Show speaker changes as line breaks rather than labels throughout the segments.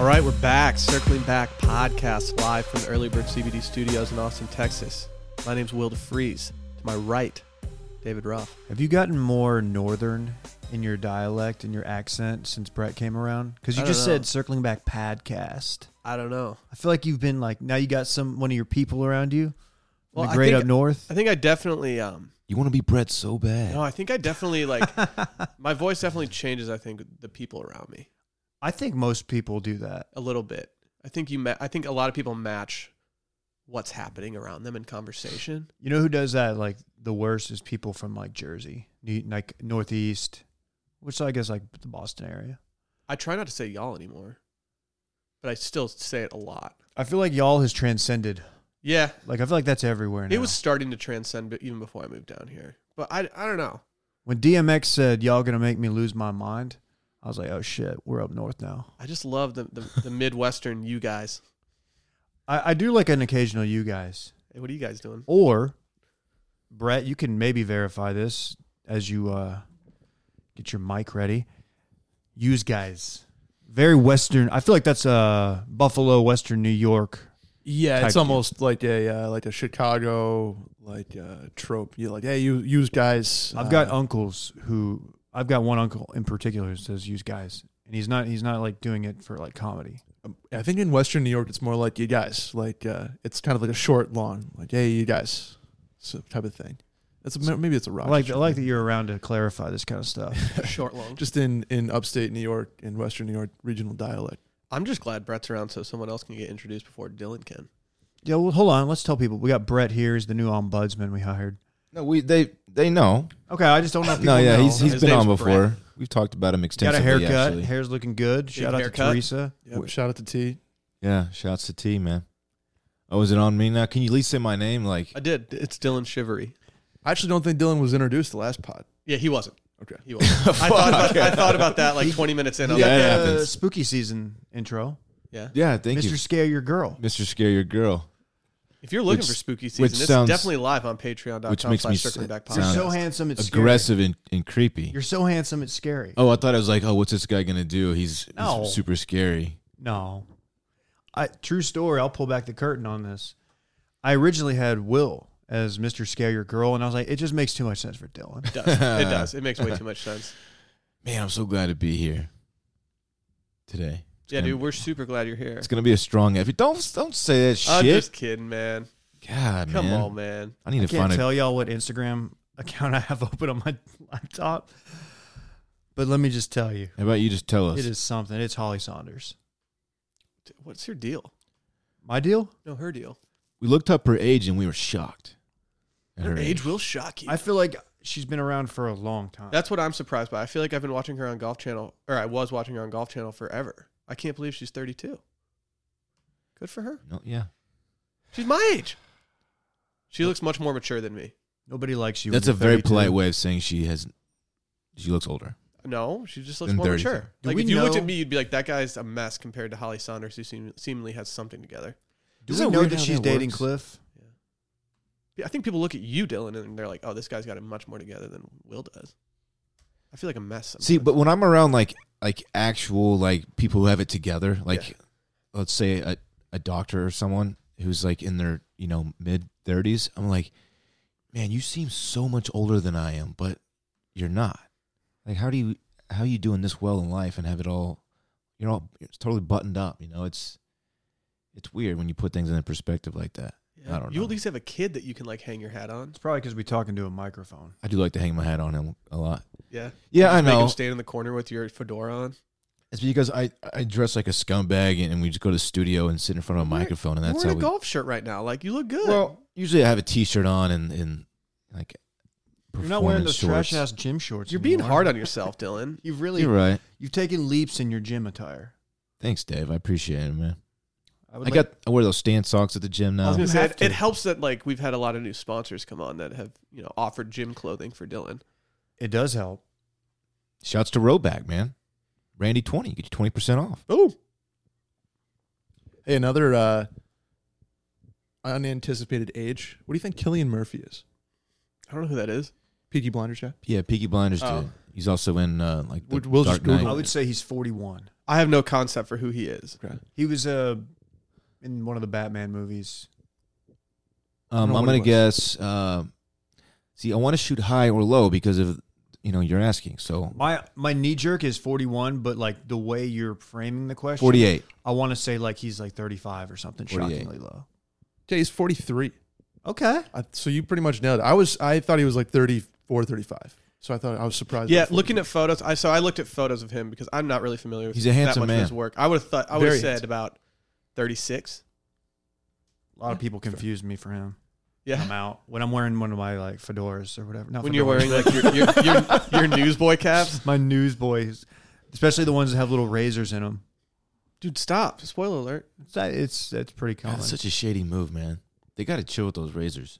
right, we're back. Circling Back podcast live from the Early Bird CBD studios in Austin, Texas. My name's Will DeFries. To my right, David Ruff.
Have you gotten more northern in your dialect and your accent since Brett came around? Because
I
you
don't
just
know.
said circling back podcast.
I don't know.
I feel like you've been like now you got some one of your people around you.
Well,
the
I
great
think-
up north.
I think I definitely, um,
You want to be Brett so bad.
no, I think I definitely like, my voice definitely changes, I think, with the people around me
I think most people do that.
a little bit. I think you, ma- I think a lot of people match what's happening around them in conversation.
You know who does that? Like the worst is people from like Jersey, New- like Northeast, which I guess like the Boston area.
I try not to say y'all anymore, but I still say it a lot.
I feel like y'all has transcended.
Yeah,
Like I feel like that's everywhere now.
It was starting to transcend but even before I moved down here. But I, I don't know.
when DMX said y'all gonna make me lose my mind. I was like, oh shit, we're up north now.
I just love the, the, the Midwestern you guys.
I, I do like an occasional you guys.
Hey, what are you guys doing?
Or Brett, you can maybe verify this as you uh, get your mic ready. Use guys. Very Western. I feel like that's uh, Buffalo, Western New York.
Yeah,
type
it's
deal.
almost like a uh, like a Chicago like uh, trope. You like, hey, you use guys.
I've
uh,
got uncles who I've got one uncle in particular who says use guys. And he's not he's not like doing it for like comedy.
I think in Western New York, it's more like you guys. Like uh, it's kind of like a short, long, like hey, you guys, so type of thing. That's a, maybe it's a rock.
I like I like that you're around to clarify this kind of stuff.
Short long.
just in in upstate New York in Western New York regional dialect.
I'm just glad Brett's around so someone else can get introduced before Dylan can.
yeah, well hold on, let's tell people. We got Brett here, he's the new ombudsman we hired.
No, we they they know.
Okay, I just don't know if people
No, yeah,
know.
he's he's
His
been on
name's
before.
Brett.
We've talked about him
got
extensively.
a haircut.
actually.
Hair's looking good. Shout out to
haircut.
Teresa.
Yep. Shout out to T.
Yeah, shouts to T man. Oh, is it on me now? Can you at least say my name? Like,
I did. It's Dylan Shivery.
I actually don't think Dylan was introduced the last pod.
Yeah, he wasn't.
Okay.
He wasn't. I, thought about, I thought about that like 20 minutes in. I'm
Yeah,
like,
it
Uh,
happens.
spooky season intro.
yeah.
yeah, thank
Mr.
you,
Scare Your Girl.
Mr. Scare Your Girl.
If you're looking
Which-
for spooky season,
which
it's
sounds-
definitely live on patreon.com
which makes me
slash circling
s-
back
You're
sound-
podcast.
so handsome, it's scary.
Aggressive and, and creepy.
You're so handsome, it's scary.
Oh, I thought I was like, oh, what's this guy gonna do? He's, he's
No.
super scary.
No. I true story, I'll pull back the curtain on this. I originally had Will as Mr. Scare Your Girl, and I was like, it just makes too much sense for Dylan.
It does. It does. It makes way too much sense.
Man, I'm so glad to be here today. It's
Yeah,
gonna-
dude, we're super glad you're here.
It's gonna be a strong effort. Don't don't say that
Uh,
I'm
shit.
just kidding, man.
God,
Come
man.
on, man.
I need
I
to find
can't
a
tell y'all what Instagram account I have open on my laptop. But let me just tell you,
How about you just tell us?
it is something. It's Holly Saunders.
What's your deal?
My deal?
No, her deal.
We looked up her age and we were shocked. at
Her age will shock you.
I feel like she's been around for a long time.
That's what I'm surprised by. I feel like I've been watching her on Golf Channel, or I was watching her on Golf Channel forever. I can't believe she's 32. Good for her.
No, yeah,
She's my age. She looks much more mature than me.
Nobody likes you. when
that's a
you're
very
32.
polite way of saying she has. She looks older.
No, she just looks
Than
more
32.
mature.
Do
like
we
if you looked
know-
at me, you'd be like, "That guy's a mess compared to Holly Saunders, who seem, seemingly has something together."
Do
Isn't
we
it
know
weird
that
how
she's
that
dating
works?
Cliff?
Yeah, I think people look at you, Dylan, and they're like, "Oh, this guy's got it much more together than Will does." I feel like a mess. Sometimes.
See, but when I'm around like like actual like people who have it together, like let's say a, a doctor or someone who's like in their you know mid 30s, I'm like, man, you seem so much older than I am, but you're not. Like, how do you how are you doing this well in life and have it all? You're all it's totally buttoned up. You know, it's it's weird when you put things in perspective like that.
Yeah.
I don't
You
know.
at least have a kid that you can like hang your hat on.
It's probably because we talking to a microphone.
I do like to hang my hat on him a lot.
Yeah.
Yeah, I
Just Make him
know.
stand in the corner with your fedora on.
It's because I, I dress like a scumbag and, and we just go to the studio and sit in front of a
We're-
microphone and that's
We're
how
in a
we.
golf shirt right now. Like you look good.
Well, usually I have a t-shirt on and and like.
You're not wearing those
performance
trash ass gym shorts.
you're being
anymore.
hard on yourself, Dylan.
You've
shorts.
really
You're right.
you've taken leaps in your gym attire.
Thanks, Dave. I appreciate it, man.
I,
I
would like-
got I wear those stand socks at the gym
I
now.
was gonna
You
say
have
it,
to.
it helps that like we've had a lot of new sponsors come on that have you know offered gym clothing for Dylan.
it does help.
Shouts to Roback, man. Randy twenty, get you twenty percent off.
Oh,
Hey, another uh, unanticipated age. What do you think Killian Murphy is?
I don't know who that is.
Peaky Blinders, yeah.
Yeah, Peaky Blinders
Oh.
dude. He's also in uh, like the
We'll- we'll
Dark
just Google
Knight.
I would say he's 41.
I have no concept for who he is.
Okay.
He was uh, in one of the Batman movies.
Um,
know
I'm
what
gonna
it
guess. Uh, see, I want to shoot high or low because of you know you're asking. So
My my knee jerk is 41, but like the way you're framing the question,
48.
I want to say like he's like 35 or something
48.
shockingly low.
Okay, he's 43.
Okay.
I, so you pretty much nailed it. I was I thought he was like 34, 35. So I thought I was surprised.
Yeah,
at 43.
looking at photos, I so I looked at photos of him because I'm not really familiar with
He's a
that
handsome
much of
man.
his work. I would have thought I would have
Very
said
handsome.
about 36.
A lot of people confuse me for him.
Yeah.
I'm out when I'm wearing one of my like fedoras or whatever. Not
when you're
fedoras,
wearing like your your, your, your newsboy caps.
my newsboys, especially the ones that have little razors in them.
Dude, stop. Spoiler alert.
It's uh, it's, it's pretty
God,
common.
that's such a shady move, man. They got to chill with those razors.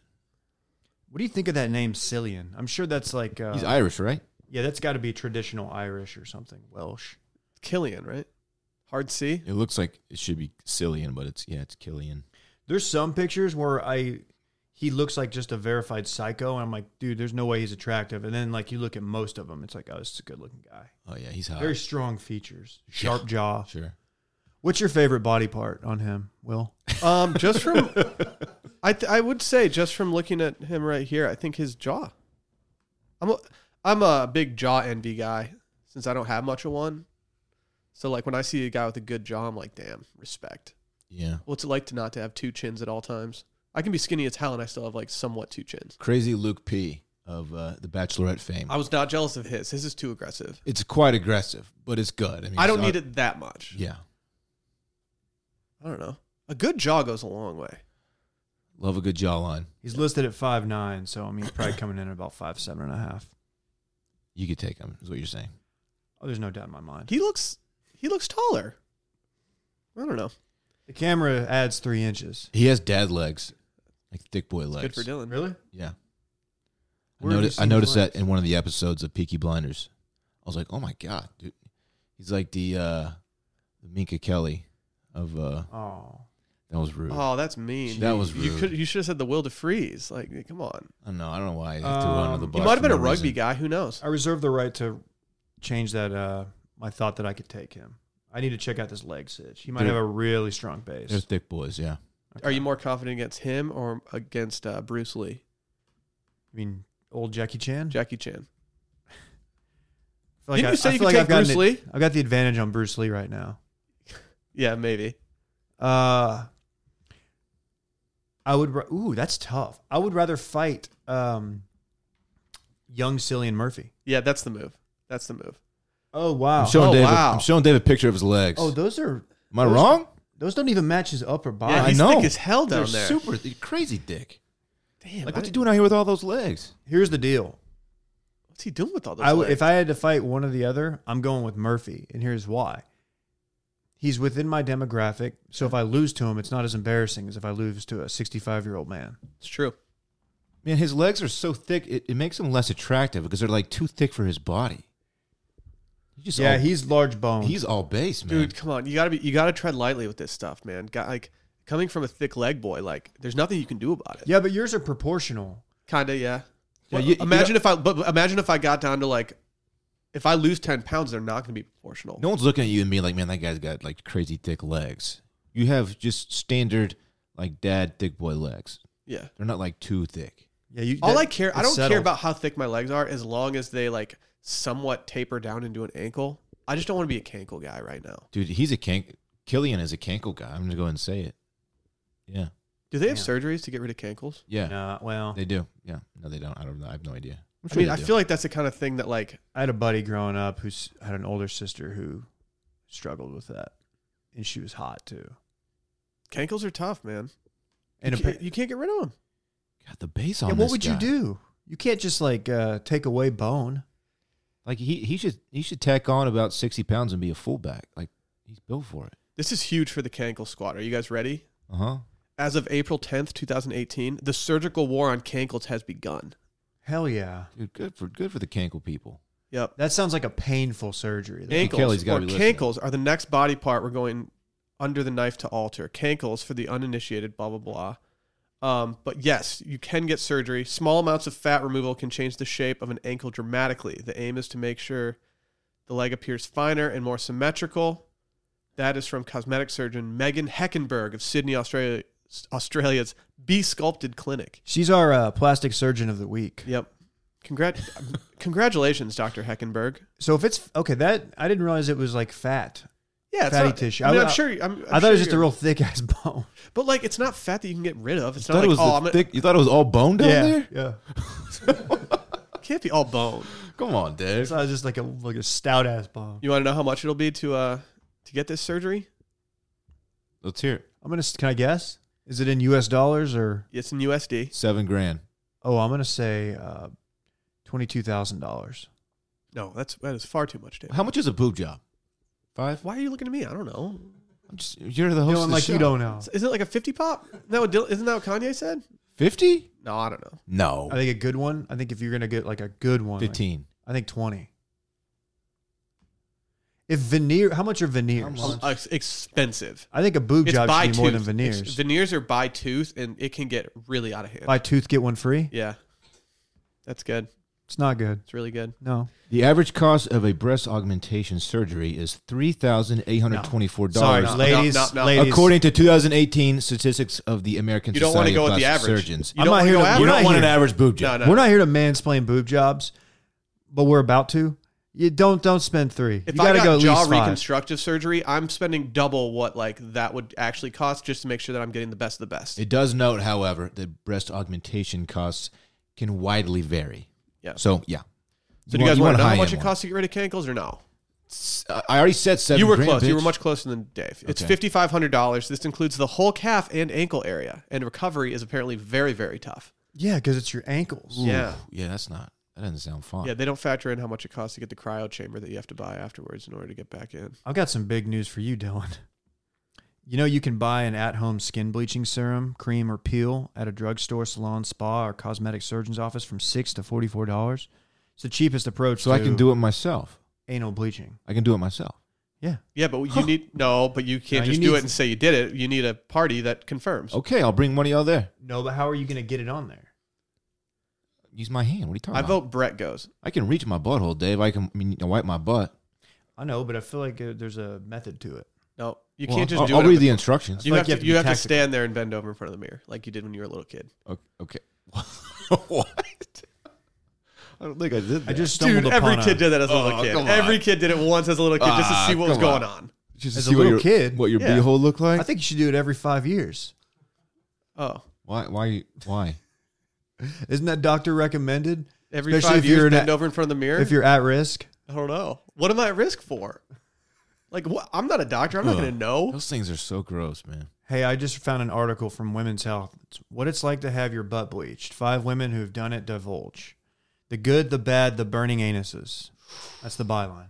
what do you think of that name, Cillian? I'm sure that's like uh,
He's Irish, right?
yeah, that's got to be traditional Irish or something Welsh.
Killian, right? Hard C.
It looks like it should be Cillian, but it's yeah, it's Killian.
There's some pictures where I he looks like just a verified psycho, and I'm like, dude, there's no way he's attractive. And then like you look at most of them, it's like, oh, this is a good looking guy.
Oh yeah, he's hot.
Very strong features, sharp jaw.
sure.
What's your favorite body part on him, Will?
Um, just from, I th- I would say just from looking at him right here, I think his jaw. I'm a, I'm a big jaw envy guy since I don't have much of one. So like when I see a guy with a good jaw, I'm like, damn, respect.
Yeah.
What's it like to not to have two chins at all times? I can be skinny as hell and I still have like somewhat two chins.
Crazy Luke P of uh, the Bachelorette fame.
I was not jealous of his. His is too aggressive.
it's quite aggressive, but it's good. I mean,
I don't
it's
need
not-
it that much.
Yeah.
I don't know. A good jaw goes a long way.
Love a good jawline.
He's listed at five nine, so I mean he's probably coming in at about five seven and a half.
You could take him. Is what you're saying.
Oh, there's no doubt in my mind.
He looks he looks taller. I don't know.
The camera adds three inches.
He has dad legs, like thick boy legs.
Good for Dylan.
Really?
Yeah. I
Where have you
noticed, I
seen the
noticed that
legs?
in one of the episodes of Peaky Blinders. I was like, oh my god, dude, he's like the uh, the Minka Kelly of uh,
Oh,
that was rude.
Oh, that's mean.
That was
You
rude.
could you should have said the will to freeze. Like, come on.
I don't know. I don't know why I have to run under the
Um,
bus.
he might have
for
been a
no
rugby
reason.
guy. Who knows?
I reserve the right to change that. Uh, my thought that I could take him. I need to check out this leg sitch. He might
Dude.
have a really strong base.
They're thick boys. Yeah.
Are you more confident against him or against uh, Bruce Lee,
I mean, old Jackie Chan.
Jackie Chan?
I feel
Didn't
I,
you say
I
you
feel
could
like I've
take Bruce
gotten
Lee?
it- I've got the advantage on Bruce Lee right now.
Yeah, maybe.
Uh, I would. ra- Ooh, that's tough. I would rather fight um, young Cillian Murphy.
Yeah, that's the move. That's the move.
Oh wow.
I'm showing
Oh,
Dave.
wow.
I'm showing Dave a picture of his legs.
oh, those are
Am I wrong?
those don't even match his upper body.
Yeah,
I
he's
know.
thick as hell down
They're
there.
super th- crazy dick.
Damn, I
Like, what you
didn't-
doing out here with all those legs?
Here's the deal.
What's he doing with all those?
I,
legs?
if I had to fight one or the other, I'm going with Murphy, and here's why. He's within my demographic, so if I lose to him, it's not as embarrassing as if I lose to a 65 year old man.
it's true.
Man, his legs are so thick. It, it makes him less attractive because they're like too thick for his body. He just
yeah,
all-
he's large boned.
he's all base, man.
Dude, come on. You gotta be you gotta tread lightly with this stuff, man. Got like coming from a thick leg boy, like there's nothing you can do about it.
yeah, but yours are proportional.
Kinda, yeah.
Yeah,
Well,
you- you
imagine if I but but imagine if I got down to like if I lose ten pounds, they're not gonna be proportional.
No one's looking at you and being like, "Man, that guy's got like crazy thick legs." You have just standard like dad thick boy legs.
Yeah.
They're not like too thick.
Yeah, you.
All
that-
I care I
it's
don't care
settled.
about how thick my legs are as long as they like somewhat taper down into an ankle. I just don't want to be a cankle guy right now.
Dude, he's a cank. Killian is a cankle guy. I'm gonna go ahead and say it. Yeah,
Do they have
Yeah.
surgeries to get rid of cankles?
yeah,
Nah, well,
they do. Yeah, no, they don't. I don't know. I have no idea. I'm
I
sure
mean,
they
I
do.
feel like that's the kind of thing that like
I had a buddy growing up who s- had an older sister who struggled with that, and she was hot too.
cankles are tough, man.
And
you,
appa-
can't, you can't get rid of them.
God, the base on.
yeah,
this
what would you
guy.
do? You can't just like uh, take away bone.
Like he he should he should tack on about sixty pounds and be a fullback. Like he's built for it.
This is huge for the cankle squad. Are you guys ready?
Uh huh.
As of April 10th, 2018, the surgical war on cankles has begun.
Hell yeah.
Dude, good for good for the cankle people.
Yep.
That sounds like a painful surgery. though.
Ankles
Kelly's
or
gotta be listening.
cankles are the next body part we're going under the knife to alter. Cankles for the uninitiated, blah blah blah, Um, but yes, you can get surgery. Small amounts of fat removal can change the shape of an ankle dramatically. The aim is to make sure the leg appears finer and more symmetrical. That is from cosmetic surgeon Megan Heckenberg of Sydney, Australia, Australia's Be Sculpted Clinic.
She's our uh, plastic surgeon of the week.
Yep. Congrat- congratulations, Dr. Heckenberg.
So if it's okay, that I didn't realize it was like fat.
Yeah, it's
Fatty
not-
tissue.
I
I-
am sure. I'm, I'm
i thought it was
sure
just a
you're-
real thick ass bone.
But like, it's not fat that you can get rid of. It's
thought
not
it
like,
was
oh,
the
I'm gonna,
thick, you thought it was all bone down there?
yeah.
it can't be all bone.
Come on, dude.
It's not just like a like a stout ass bone.
You want to know how much it'll be to uh to get this surgery?
Let's hear it.
I'm gonna. Can I guess? Is it in U.S. dollars or?
It's in USD.
Seven grand.
Oh, I'm gonna say uh, twenty-two thousand dollars.
No, that's that is far too much, Dave.
How much is a boob job? Five.
Why are you looking at me? I don't know.
I'm just, you're the host. of
Feeling
the
like you
show.
don't know.
Is it like a fifty pop? Isn't that what Dil- isn't that what Kanye said?
Fifty?
No, I don't know.
No.
I think a good one. I think if you're gonna get like a good one, like-
Fifteen.
I think twenty. If veneer, how much are veneers?
How much?
Uh, It's expensive.
I think a boob
It's
job
by
should be more than
tooth.
veneers.
It's- veneers are by tooth, and it can get really out of hand.
Buy tooth, get one free.
Yeah, that's good.
It's not good.
It's really good.
No.
The average cost of a breast augmentation surgery is three thousand eight hundred twenty-four
Sorry,
dollars,
no,
ladies.
no, no.
ladies.
according to 2018 statistics of the American
You don't want
Society
to go
of
with the
Plastic
average.
Surgeons.
You
I'm
don't
not
wanna
here
go
to-
average.
we're
you don't
not
want an
here.
average boob
No,
job.
no.
we're not here to mansplain boob jobs, but we're about to. You don't don't spend three.
If
you gotta
I got
go at
jaw
least five.
reconstructive surgery, I'm spending double what like that would actually cost just to make sure that I'm getting the best of the best.
It does note, however, that breast augmentation costs can widely vary.
Yeah.
So yeah.
so do you guys want
want
to know
a
how much it
high-end
costs to get rid of cankles or no?
one. I already said seven.
You were
grand,
close. You were
bitch.
much closer than Dave. It's
Okay.
fifty five hundred dollars. This includes the whole calf and ankle area, and recovery is apparently very very tough.
yeah, because it's your ankles.
Yeah,
Yeah, that's not. That doesn't sound fun.
yeah. They don't factor in how much it costs to get the cryo chamber that you have to buy afterwards in order to get back in.
I've got some big news for you, Dylan. You know you can buy an at-home skin bleaching serum, cream, or peel at a drugstore, salon, spa, or cosmetic surgeon's office from six to forty-four dollars. It's the cheapest approach.
So I can do it myself.
anal bleaching.
I can do it myself.
Yeah,
Yeah, but you need no, but you can't
No, you
just do
need-
it and say you did it. You need a party that confirms.
Okay, I'll bring one of y'all there.
no, but how are you going to get it on there?
Use my hand. What are you talking
I
about?
vote Brett goes.
I can reach my butthole, Dave. I can I mean, wipe my butt.
I know, but I feel like uh, there's a method to it.
No, you
Well,
can't just
I'll,
do
I'll
it. at
read
the-
the instructions.
you
like
have
you
to,
have to
you
be
have to
tactical.
stand there and bend over in front of the mirror like you did when you were a little kid.
O- Okay. what? I don't think I did that.
I just stumbled
Dude, every
upon a-
kid did that as a
Oh,
little kid.
come on.
Every kid did it once as a little kid just to
Ah,
see what was
come on.
going on.
just to
as
see
a
what
little
your,
kid,
what your
yeah.
beehole looked like.
I think you should do it every five years.
Oh,
why? Why? Why?
Isn't that doctor recommended?
every
Especially
five
if you're
years
an
bend
a-
over in front of the mirror.
If you're at risk,
I don't know. What am I at risk for? Like, what? I'm not a doctor. I'm not
Ugh.
going to know.
Those things are so gross, man.
hey, I just found an article from Women's Health. It's what it's like to have your butt bleached. Five women who've done it divulge. The good, the bad, the burning anuses. That's the byline.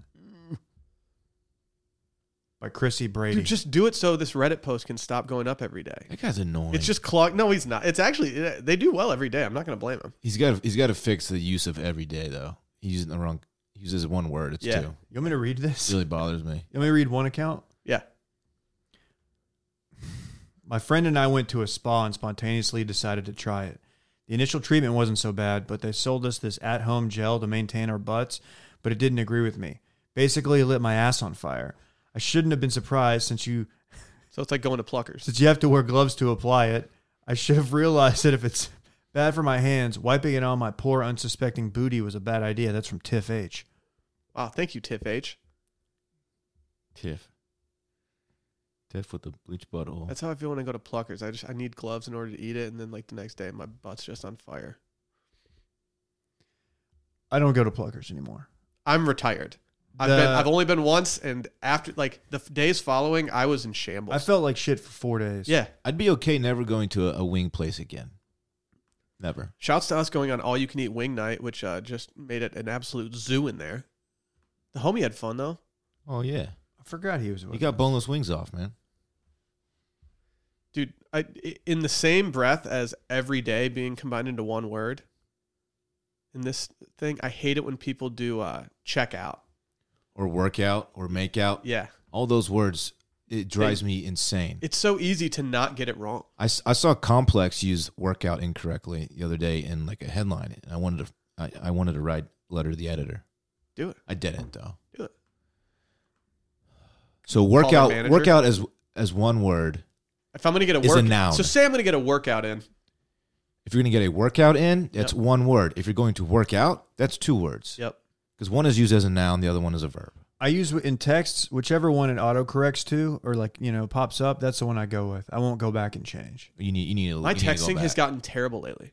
By Chrissy Brady.
Dude, just do it so this Reddit post can stop going up every day.
That guy's annoying.
It's just clogged. No, he's not. It's actually they do well every day. I'm not going to blame him.
he's got. He's got to fix the use of every day though. He's using the wrong. He uses one word. It's
Yeah.
two.
you want me to read this?
It really bothers me.
You want me to read one account?
Yeah.
My friend and I went to a spa and spontaneously decided to try it. The initial treatment wasn't so bad, but they sold us this at home gel to maintain our butts, but it didn't agree with me. Basically, it lit my ass on fire. I shouldn't have been surprised since you
So it's like going to Pluckers.
since you have to wear gloves to apply it. I should have realized that if it's bad for my hands, wiping it on my poor unsuspecting booty was a bad idea. That's from Tiff H.
Wow. Thank you, Tiff H.
Tiff. Tiff with the bleach butthole.
That's how I feel when I go to Pluckers. I just I need gloves in order to eat it, and then like the next day my butt's just on fire.
I don't go to pluckers anymore.
I'm retired. I've
The-
been I've only been once, and after like the f- days following, I was in shambles.
I felt like shit for four days.
yeah.
I'd be okay never going to a, a wing place again. Never.
Shouts to us going on all you can eat wing night, which uh, just made it an absolute zoo in there. The homie had fun though.
Oh yeah.
I forgot he was.
You got boneless wings off, man.
Dude, I, i- in the same breath as every day being combined into one word, in this thing, I hate it when people do uh, check out.
Or workout or make out.
Yeah.
All those words it drives me insane.
It's so easy to not get it wrong.
I, s- I saw Complex use workout incorrectly the other day in like a headline, and I wanted to I, I wanted to write letter to the editor.
Do it.
I didn't though.
Do it.
So
the
workout
manager.
workout as as one word.
If I'm gonna get a
Is a
workout,
noun.
so say I'm gonna get a workout in.
If you're gonna get a workout in, that's
Yep.
one word. If you're going to work out, that's two words.
Yep.
Because one is used as a noun, the other one is a verb.
I use in texts whichever one it autocorrects to or like, you know, pops up, that's the one I go with. I won't go back and change.
You need you need to
My
you need to go
texting has
back.
gotten terrible lately.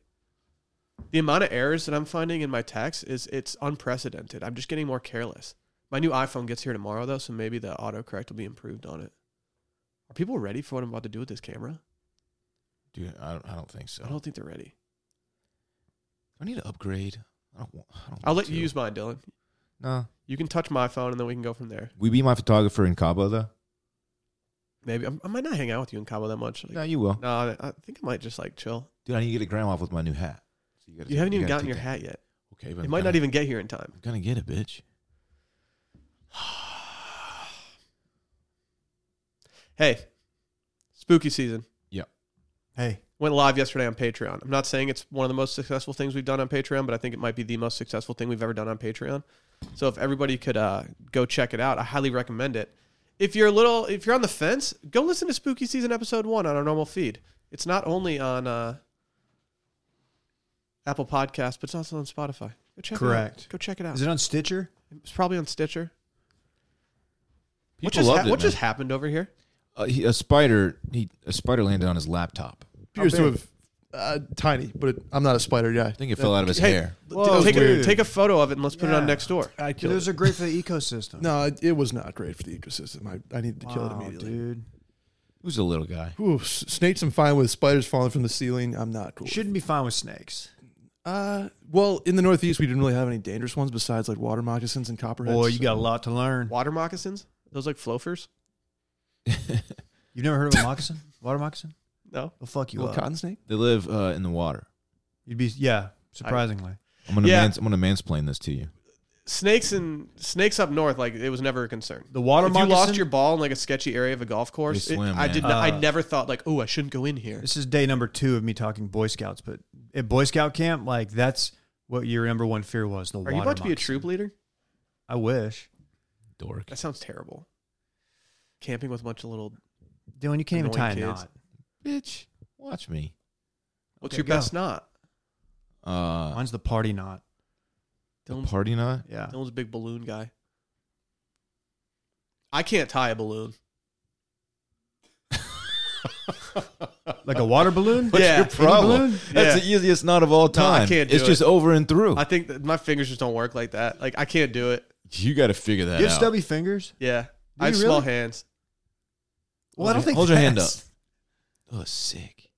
The amount of errors that I'm finding in my text is it's unprecedented. I'm just getting more careless. My new iPhone gets here tomorrow though, so maybe the autocorrect will be improved on it. Are people ready for what I'm about to do with this camera?
Dude, I don't, I don't think so.
I
I,
don't think they're ready.
need to upgrade. I don't. wa- I don't
I'll let
want to.
you use mine, Dylan.
No,
You can touch my phone and then we can go from there.
we be my photographer in Cabo though.
Maybe I'm, I might not hang out with you in Cabo that much. Like,
No, you will.
No, I, I think I might just like chill.
Dude, I need to get a gram off with my new hat. So
You
gotta take-
haven't even gotten
gotta
your
take that.
hat yet.
Okay, but
It
I'm
might
gonna-
not even get here in time.
I'm gonna get it, bitch.
Hey, spooky season.
Hey,
went live yesterday on Patreon. I'm not saying it's one of the most successful things we've done on Patreon, but I think it might be the most successful thing we've ever done on Patreon. So if everybody could uh, go check it out, I highly recommend it. If you're a little, if you're on the fence, go listen to Spooky Season episode one on our normal feed. It's not only on uh, Apple Podcasts, but it's also on Spotify. Go check It
Correct.
out. Go check it out.
is it on Stitcher?
it's probably on Stitcher.
People
what just,
loved
hap-
it.
what
man.
just happened over here?
Uh, he- a spider? He a spider landed on his laptop.
appears to have uh, tiny, but it, I'm not a spider guy.
I think it fell out of his
Hey,
hair.
Whoa,
take, a,
dude.
take a photo of it and let's put it on
Yeah.
next door.
I
Dude,
killed
those
it.
are great for the ecosystem.
No, it, it was not great for the ecosystem. I, I needed to kill it
Wow,
immediately.
dude.
Who's a little guy?
Ooh, s- snakes I'm fine with. Spiders falling from the ceiling, I'm not cool. with.
Shouldn't be fine with snakes.
Uh, well, in the Northeast, we didn't really have any dangerous ones besides like water moccasins and copperheads.
Boy, you got a
so-
lot to learn.
Water moccasins? Those like flofers?
You've never heard of a moccasin? Water moccasin?
No.
Well, fuck you
Little
up.
cotton snake.
They live uh, in the water.
You'd be yeah, surprisingly.
I'm gonna
Yeah.
mans- I'm gonna mansplain this to you.
snakes and snakes up north, like it was never a concern.
the water
if
moccasin.
you lost your ball in like a sketchy area of a golf course,
They
it-
swim,
I
man.
did. Not, I
Uh,
never thought like, oh, I shouldn't go in here.
this is day number two of me talking Boy Scouts, but at Boy Scout camp, like that's what your number one fear was. The
Are
water
you about to be a
moccasin.
troop leader?
I wish,
Dork.
That sounds terrible. Camping with a bunch of little.
Dylan. You can't even
Annoying
tie a
kids.
knot.
Bitch, watch me.
What's
Okay,
your
go.
best knot?
Uh,
Mine's the party knot.
Dylan's,
party knot.
Yeah,
Dylan's a big balloon guy. I can't tie a balloon.
like a water balloon.
What's Yeah. your
problem?
Balloon?
Yeah.
That's the easiest knot of all
No, I
time.
can't do
it's just
it.
over and through.
I think that my fingers just don't work like that. Like I can't do it.
you got to figure that
You have
out.
stubby fingers.
Yeah, I have
you
small
really?
hands.
Well, I don't think
Hold your hand
that's-
Oh, sick.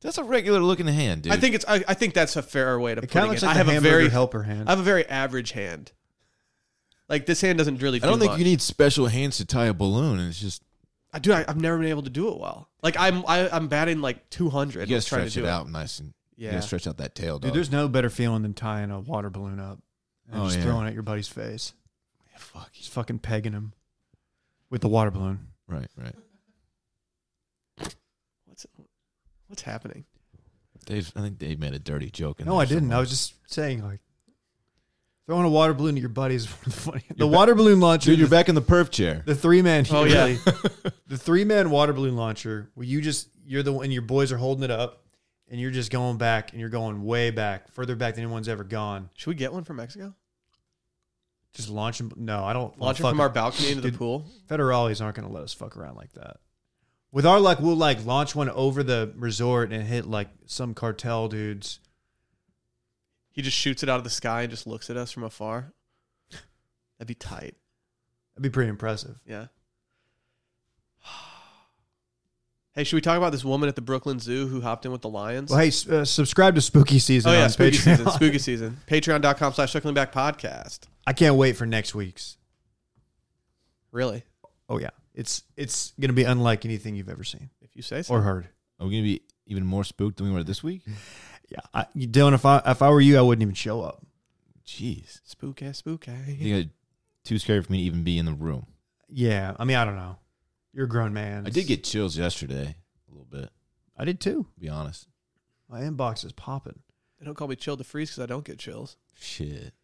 That's a regular looking hand, dude.
I think it's. I, I think that's a fairer way to
It
put
kind
it.
of looks
I
like
have
a
a
hamburger
very
helper hand.
I have a very average hand. Like this hand doesn't really. Do
I don't think
much.
you need special hands to tie a balloon. It's just
I do. I, I've never been able to do it well. Like I'm, I, I'm batting like 200.
you got to
with trying
stretch
to
it
do
out nice and you
Yeah.
gotta stretch out that tail,
Dude,
dog.
there's no better feeling than tying a water balloon up and
Oh,
just
yeah.
throwing it at your buddy's face.
fuck.
Just fucking pegging him with the water balloon.
Right, right.
What's, what's happening?
Dave, I think Dave made a dirty joke. In
No,
there
I didn't.
somewhere.
I was just saying like throwing a water balloon at your buddy is one of the funny. The
You're ba-
water balloon launcher.
dude. You're back in the perv chair.
The three man.
Oh, yeah.
the three man water balloon launcher. Where you just you're the one and your boys are holding it up, and you're just going back and you're going way back, further back than anyone's ever gone.
Should we get one from Mexico?
Just launching. No, I
Oh,
don't
Launch it
fuck
from our balcony into the
Dude.
pool.
federales aren't going to let us fuck around like that. With our luck, we'll like launch one over the resort and hit like some cartel dudes.
He just shoots it out of the sky and just looks at us from afar. That'd be tight.
That'd be pretty impressive.
Yeah. Hey, should we talk about this woman at the Brooklyn Zoo who hopped in with the lions?
Well, hey, s- uh, subscribe to Spooky Season
oh yeah,
on
spooky
Patreon.
season. Spooky season. Patreon.com slash circling back podcast.
I can't wait for next week's.
Really?
Oh yeah, it's it's going to be unlike anything you've ever seen
If you say so.
or heard.
Are we gonna be even more spooked than we were this week?
Yeah, I, you- Dylan, if I if I were you, I wouldn't even show up.
Jeez,
spooky, spooky.
I think I, too scary for me to even be in the room.
Yeah, I mean, I don't know. You're a grown man.
I did get chills yesterday a little bit.
I did too.
To be honest.
My inbox is popping.
They don't call me chill to freeze because I don't get chills.
Shit.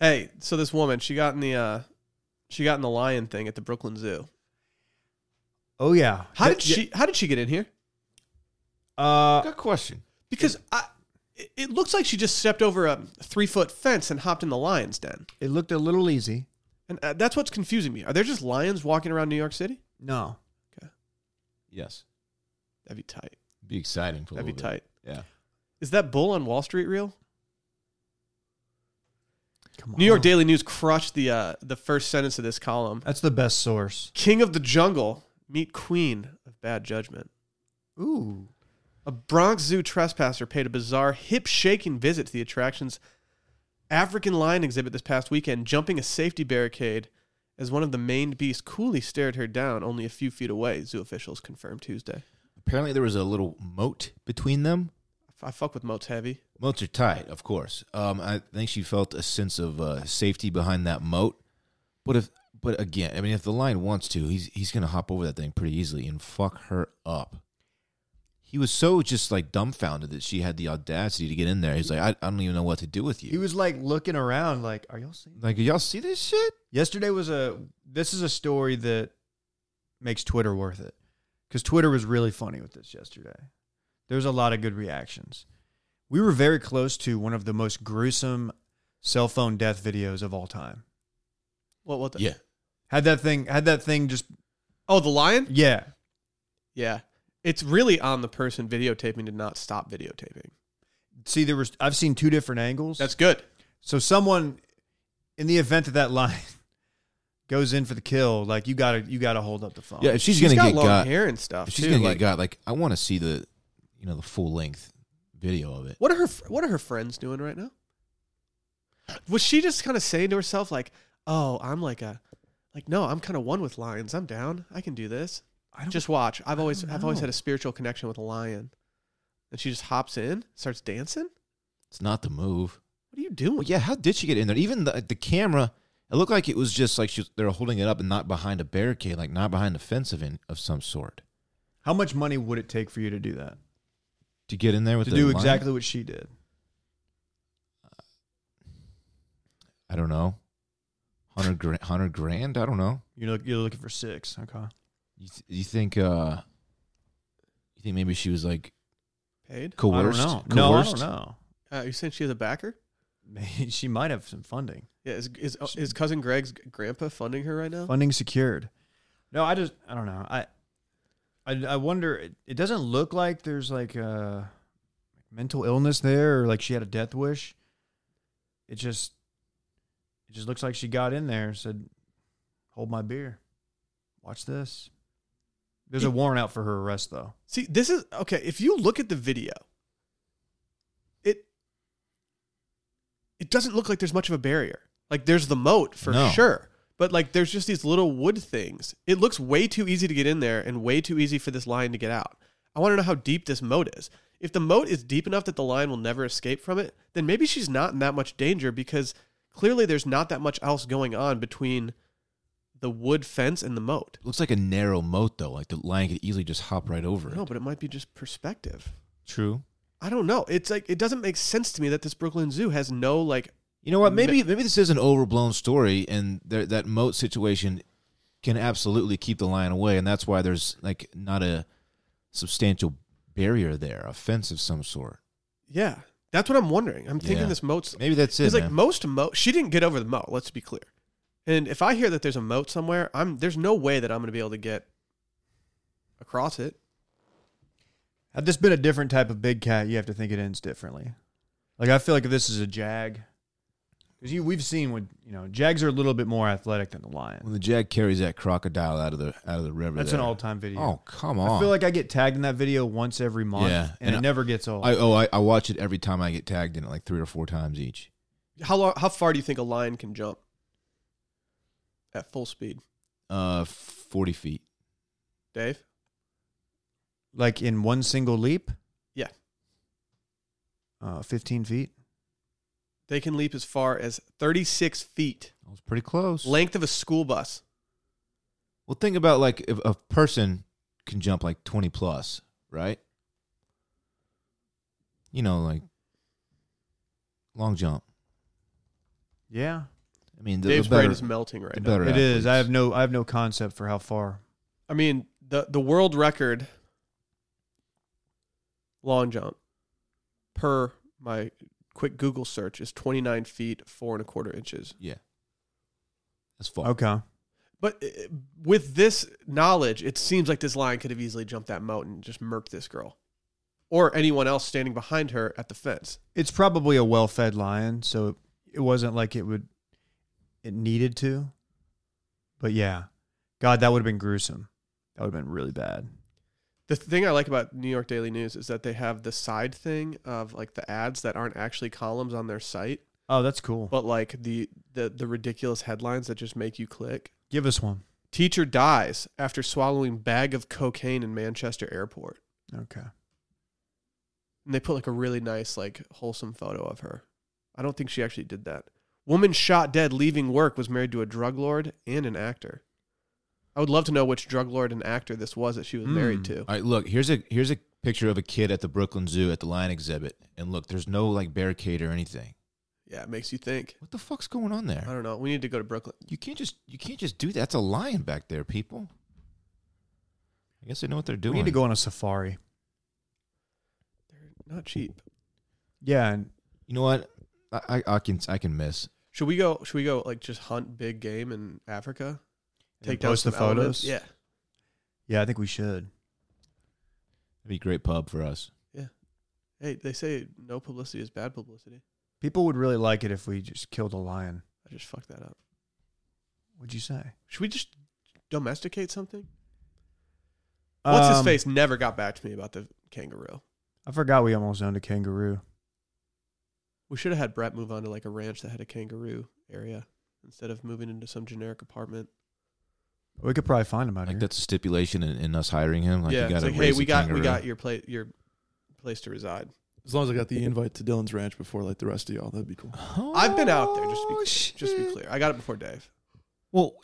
Hey, so this woman, she got in the uh, she got in the lion thing at the Brooklyn Zoo.
Oh yeah.
How
Th-
did she? How did she get in here?
Uh,
Good question.
Because I, it- it looks like she just stepped over a three foot fence and hopped in the lion's den.
it looked a little easy.
And uh, that's what's confusing me. Are there just lions walking around New York City?
No.
Yes.
That'd be tight.
Be exciting for a
That'd be
little
tight.
bit. Yeah.
Is that bull on Wall Street real?
Come
New York Daily News crushed the uh, the first sentence of this column.
That's the best source.
King of the jungle meet queen of bad judgment.
Ooh.
A Bronx Zoo trespasser paid a bizarre, hip shaking visit to the attraction's African lion exhibit this past weekend, jumping a safety barricade as one of the maned beasts coolly stared her down only a few feet away, zoo officials confirmed Tuesday.
Apparently there was a little moat between them.
I fuck with moats heavy.
Moats are tight, of course. Um, I think she felt a sense of uh, safety behind that moat. But if, but again, I mean, if the lion wants to, he's he's gonna hop over that thing pretty easily and fuck her up. He was so just like dumbfounded that she had the audacity to get in there. He's like, I, I don't even know what to do with
He
you.
was like looking around, like, "Are y'all seeing?"
Like, y'all see this shit?
Yesterday was a. This is a story that makes Twitter worth it because Twitter was really funny with this yesterday. There was a lot of good reactions. We were very close to one of the most gruesome cell phone death videos of all time.
What? What? The,
Yeah,
Had that thing. Had that thing just.
Oh, the lion.
Yeah.
Yeah. It's really on the person videotaping to not stop videotaping.
See, there was. I've seen two different angles.
That's good.
So someone, in the event that that lion goes in for the kill, like you gotta you gotta hold up the phone.
yeah. If she's,
she's
gonna
got
get
long
got,
hair and stuff.
if she's
too,
gonna
like-
get got, like, I want to see the, you know, the full length video of it.
What are her What are her friends doing right now? Was she just kind of saying to herself like, "Oh, I'm like a, like no, I'm kind of one with lions. I'm down. I can do this.
I don't,
Just watch. I've always
don't
I've always
know.
had a spiritual connection with a lion." And she just hops in, starts dancing.
It's not the move.
What are you doing?
Well, yeah, how did she get in there? Even the the camera, it looked like it was just like she was, they were holding it up and not behind a barricade, like not behind a fence of in, of some sort
how much money would it take for you to do that?
to get in there with
To
the
do
line?
exactly what she did?
I don't know, hundred grand, hundred grand. I don't know.
You know, you're looking for six. Okay.
You th- you think uh, you think maybe she was like
Paid?
coerced?
I don't know. No, I
Coerced?
don't know.
Uh, you saying she has a backer?
Maybe she might have some funding.
Yeah. Is is, uh, is cousin Greg's grandpa funding her right now?
Funding secured. No, I just I don't know. I I, I wonder. It, it doesn't look like there's like a mental illness there, or like she had a death wish. It just it just looks like she got in there and said, "Hold my beer, watch this." There's a warrant out for her arrest, though.
See, this is okay. If you look at the video, it it doesn't look like there's much of a barrier. Like there's the moat for
No.
sure, but like there's just these little wood things. It looks way too easy to get in there and way too easy for this lion to get out. I want to know how deep this moat is. If the moat is deep enough that the lion will never escape from it, then maybe she's not in that much danger because clearly there's not that much else going on between the wood fence and the moat.
Looks like a narrow moat though. Like the lion could easily just hop right over it.
No, but it might be just perspective.
True.
I don't know. It's like it doesn't make sense to me that this Brooklyn Zoo has no like.
You know what? Maybe maybe this is an overblown story, and there, that moat situation can absolutely keep the lion away, and that's why there's like not a substantial barrier there, a fence of some sort.
Yeah, that's what I'm wondering. I'm thinking
Yeah.
this moat's
Maybe that's it.
because like
man.
most moat. She didn't get over the moat. Let's be clear. And if I hear that there's a moat somewhere, I'm there's no way that I'm going to be able to get across it.
Had this been a different type of big cat, you have to think it ends differently. Like I feel like if this is a jag, because you we've seen what you know, jags are a little bit more athletic than the lion.
when the jag carries that crocodile out of the out of the river.
That's an
there.
all-time video.
Oh come on!
I feel like I get tagged in that video once every month,
Yeah,
and,
and
it
I-
never gets old.
I oh I, I watch it every time I get tagged in it, like three or four times each.
How long? How far do you think a lion can jump at full speed,
Uh, forty feet.
Dave?
like in one single leap.
Yeah.
Uh, fifteen feet.
They can leap as far as 36 feet,
That was pretty close.
length of a school bus.
Well, think about like if a person can jump like 20 plus, right? You know, like long jump.
Yeah,
I mean, the, the
Dave's
better,
brain is melting right
the
now.
better
it is. I
athletes.
have no I have no concept for how far.
I mean, the the world record long jump per my quick Google search is 29 feet four and a quarter inches.
That's far.
Okay.
But uh, with this knowledge, it seems like this lion could have easily jumped that mountain and just murked this girl or anyone else standing behind her at the fence.
It's probably a well-fed lion, so it wasn't like it would it needed to. But yeah. God, that would have been gruesome. That would have been really bad.
The thing I like about New York Daily News is that they have the side thing of like the ads that aren't actually columns on their site,
Oh, that's cool.
but like the the, the ridiculous headlines that just make you click.
Give us one.
Teacher dies after swallowing bag of cocaine in Manchester airport.
Okay.
And they put like a really nice, like wholesome photo of her. I don't think she actually did that. Woman shot dead leaving work was married to a drug lord and an actor. I would love to know which drug lord and actor this was that she was married
Hmm.
to.
All right, look, here's a here's a picture of a kid at the Brooklyn Zoo at the lion exhibit. And look, there's no like barricade or anything.
Yeah, it makes you think.
What the fuck's going on
I
there?
don't know. We need to go to Brooklyn.
You can't just you can't just do that. That's a lion back there, people. I guess they know what they're doing.
We need to go on a safari.
They're not cheap.
Yeah, and
You know what? I, I, I can I can miss.
Should we go? Should we go like just hunt big game in Africa?
Take post the
some elements?
photos.
Yeah.
yeah, I think we should.
It'd be a great pub for us.
Hey, they say no publicity is bad publicity.
People would really like it if we just killed a lion.
I just fucked that up.
What'd you say?
Should we just domesticate something? What's his
Um,
face never got back to me about the kangaroo.
I forgot we almost owned a kangaroo.
We should have had Brett move on to like a ranch that had a kangaroo area instead of moving into some generic apartment.
We could probably find him out
Like
here.
that's a stipulation in, in us hiring him. Like
yeah,
you
it's
gotta
like hey,
raise a
we got we
kangaroo.
got your place your place to reside.
As long as I got the invite to Dylan's Ranch before like the rest of y'all, that'd be cool.
I've been out there just to be
Oh,
clear, just to be
shit.
clear. I got it before Dave.
Well,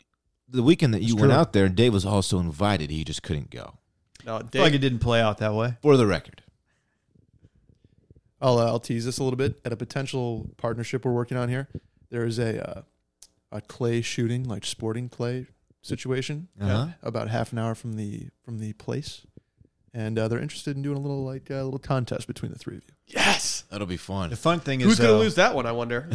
the weekend that you
It's
went
true.
out there, Dave was also invited. He just couldn't go.
No,
I feel
Dave.
like it didn't play out that way.
For the record,
I'll, uh, I'll tease this a little bit. At a potential partnership we're working on here, there is a uh, a clay shooting, like sporting clay situation,
Uh-huh.
about half an hour from the from the place, and uh, they're interested in doing a little like uh, little contest between the three of you.
yes.
that'll be fun.
The fun thing is, uh,
Who's gonna
uh,
though,
lose that one? I wonder.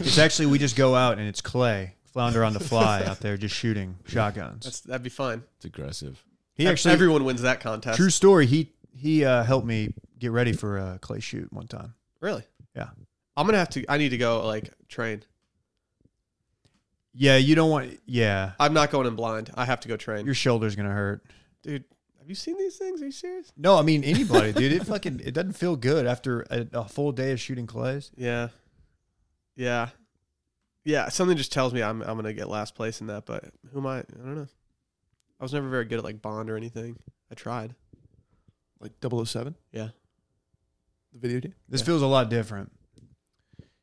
it's actually we just go out and it's clay, flounder on the fly out there, just shooting shotguns.
That's that'd be fun.
It's aggressive.
he actually,
everyone wins that contest.
true story. He he uh, helped me get ready for a clay shoot one time.
Really?
Yeah.
I'm gonna have to. I need to go like train.
Yeah, you don't want. Yeah,
I'm not going in blind. I have to go train.
your shoulder's gonna hurt.
Dude, have you seen these things? Are you serious?
No, I mean anybody, dude. It fucking it doesn't feel good after a, a full day of shooting clays.
Yeah. Yeah. Yeah. Something just tells me I'm I'm gonna get last place in that, but who am I? I don't know. I was never very good at like Bond or anything. I tried.
Like 007?
Yeah.
The video game?
This
Yeah.
feels a lot different.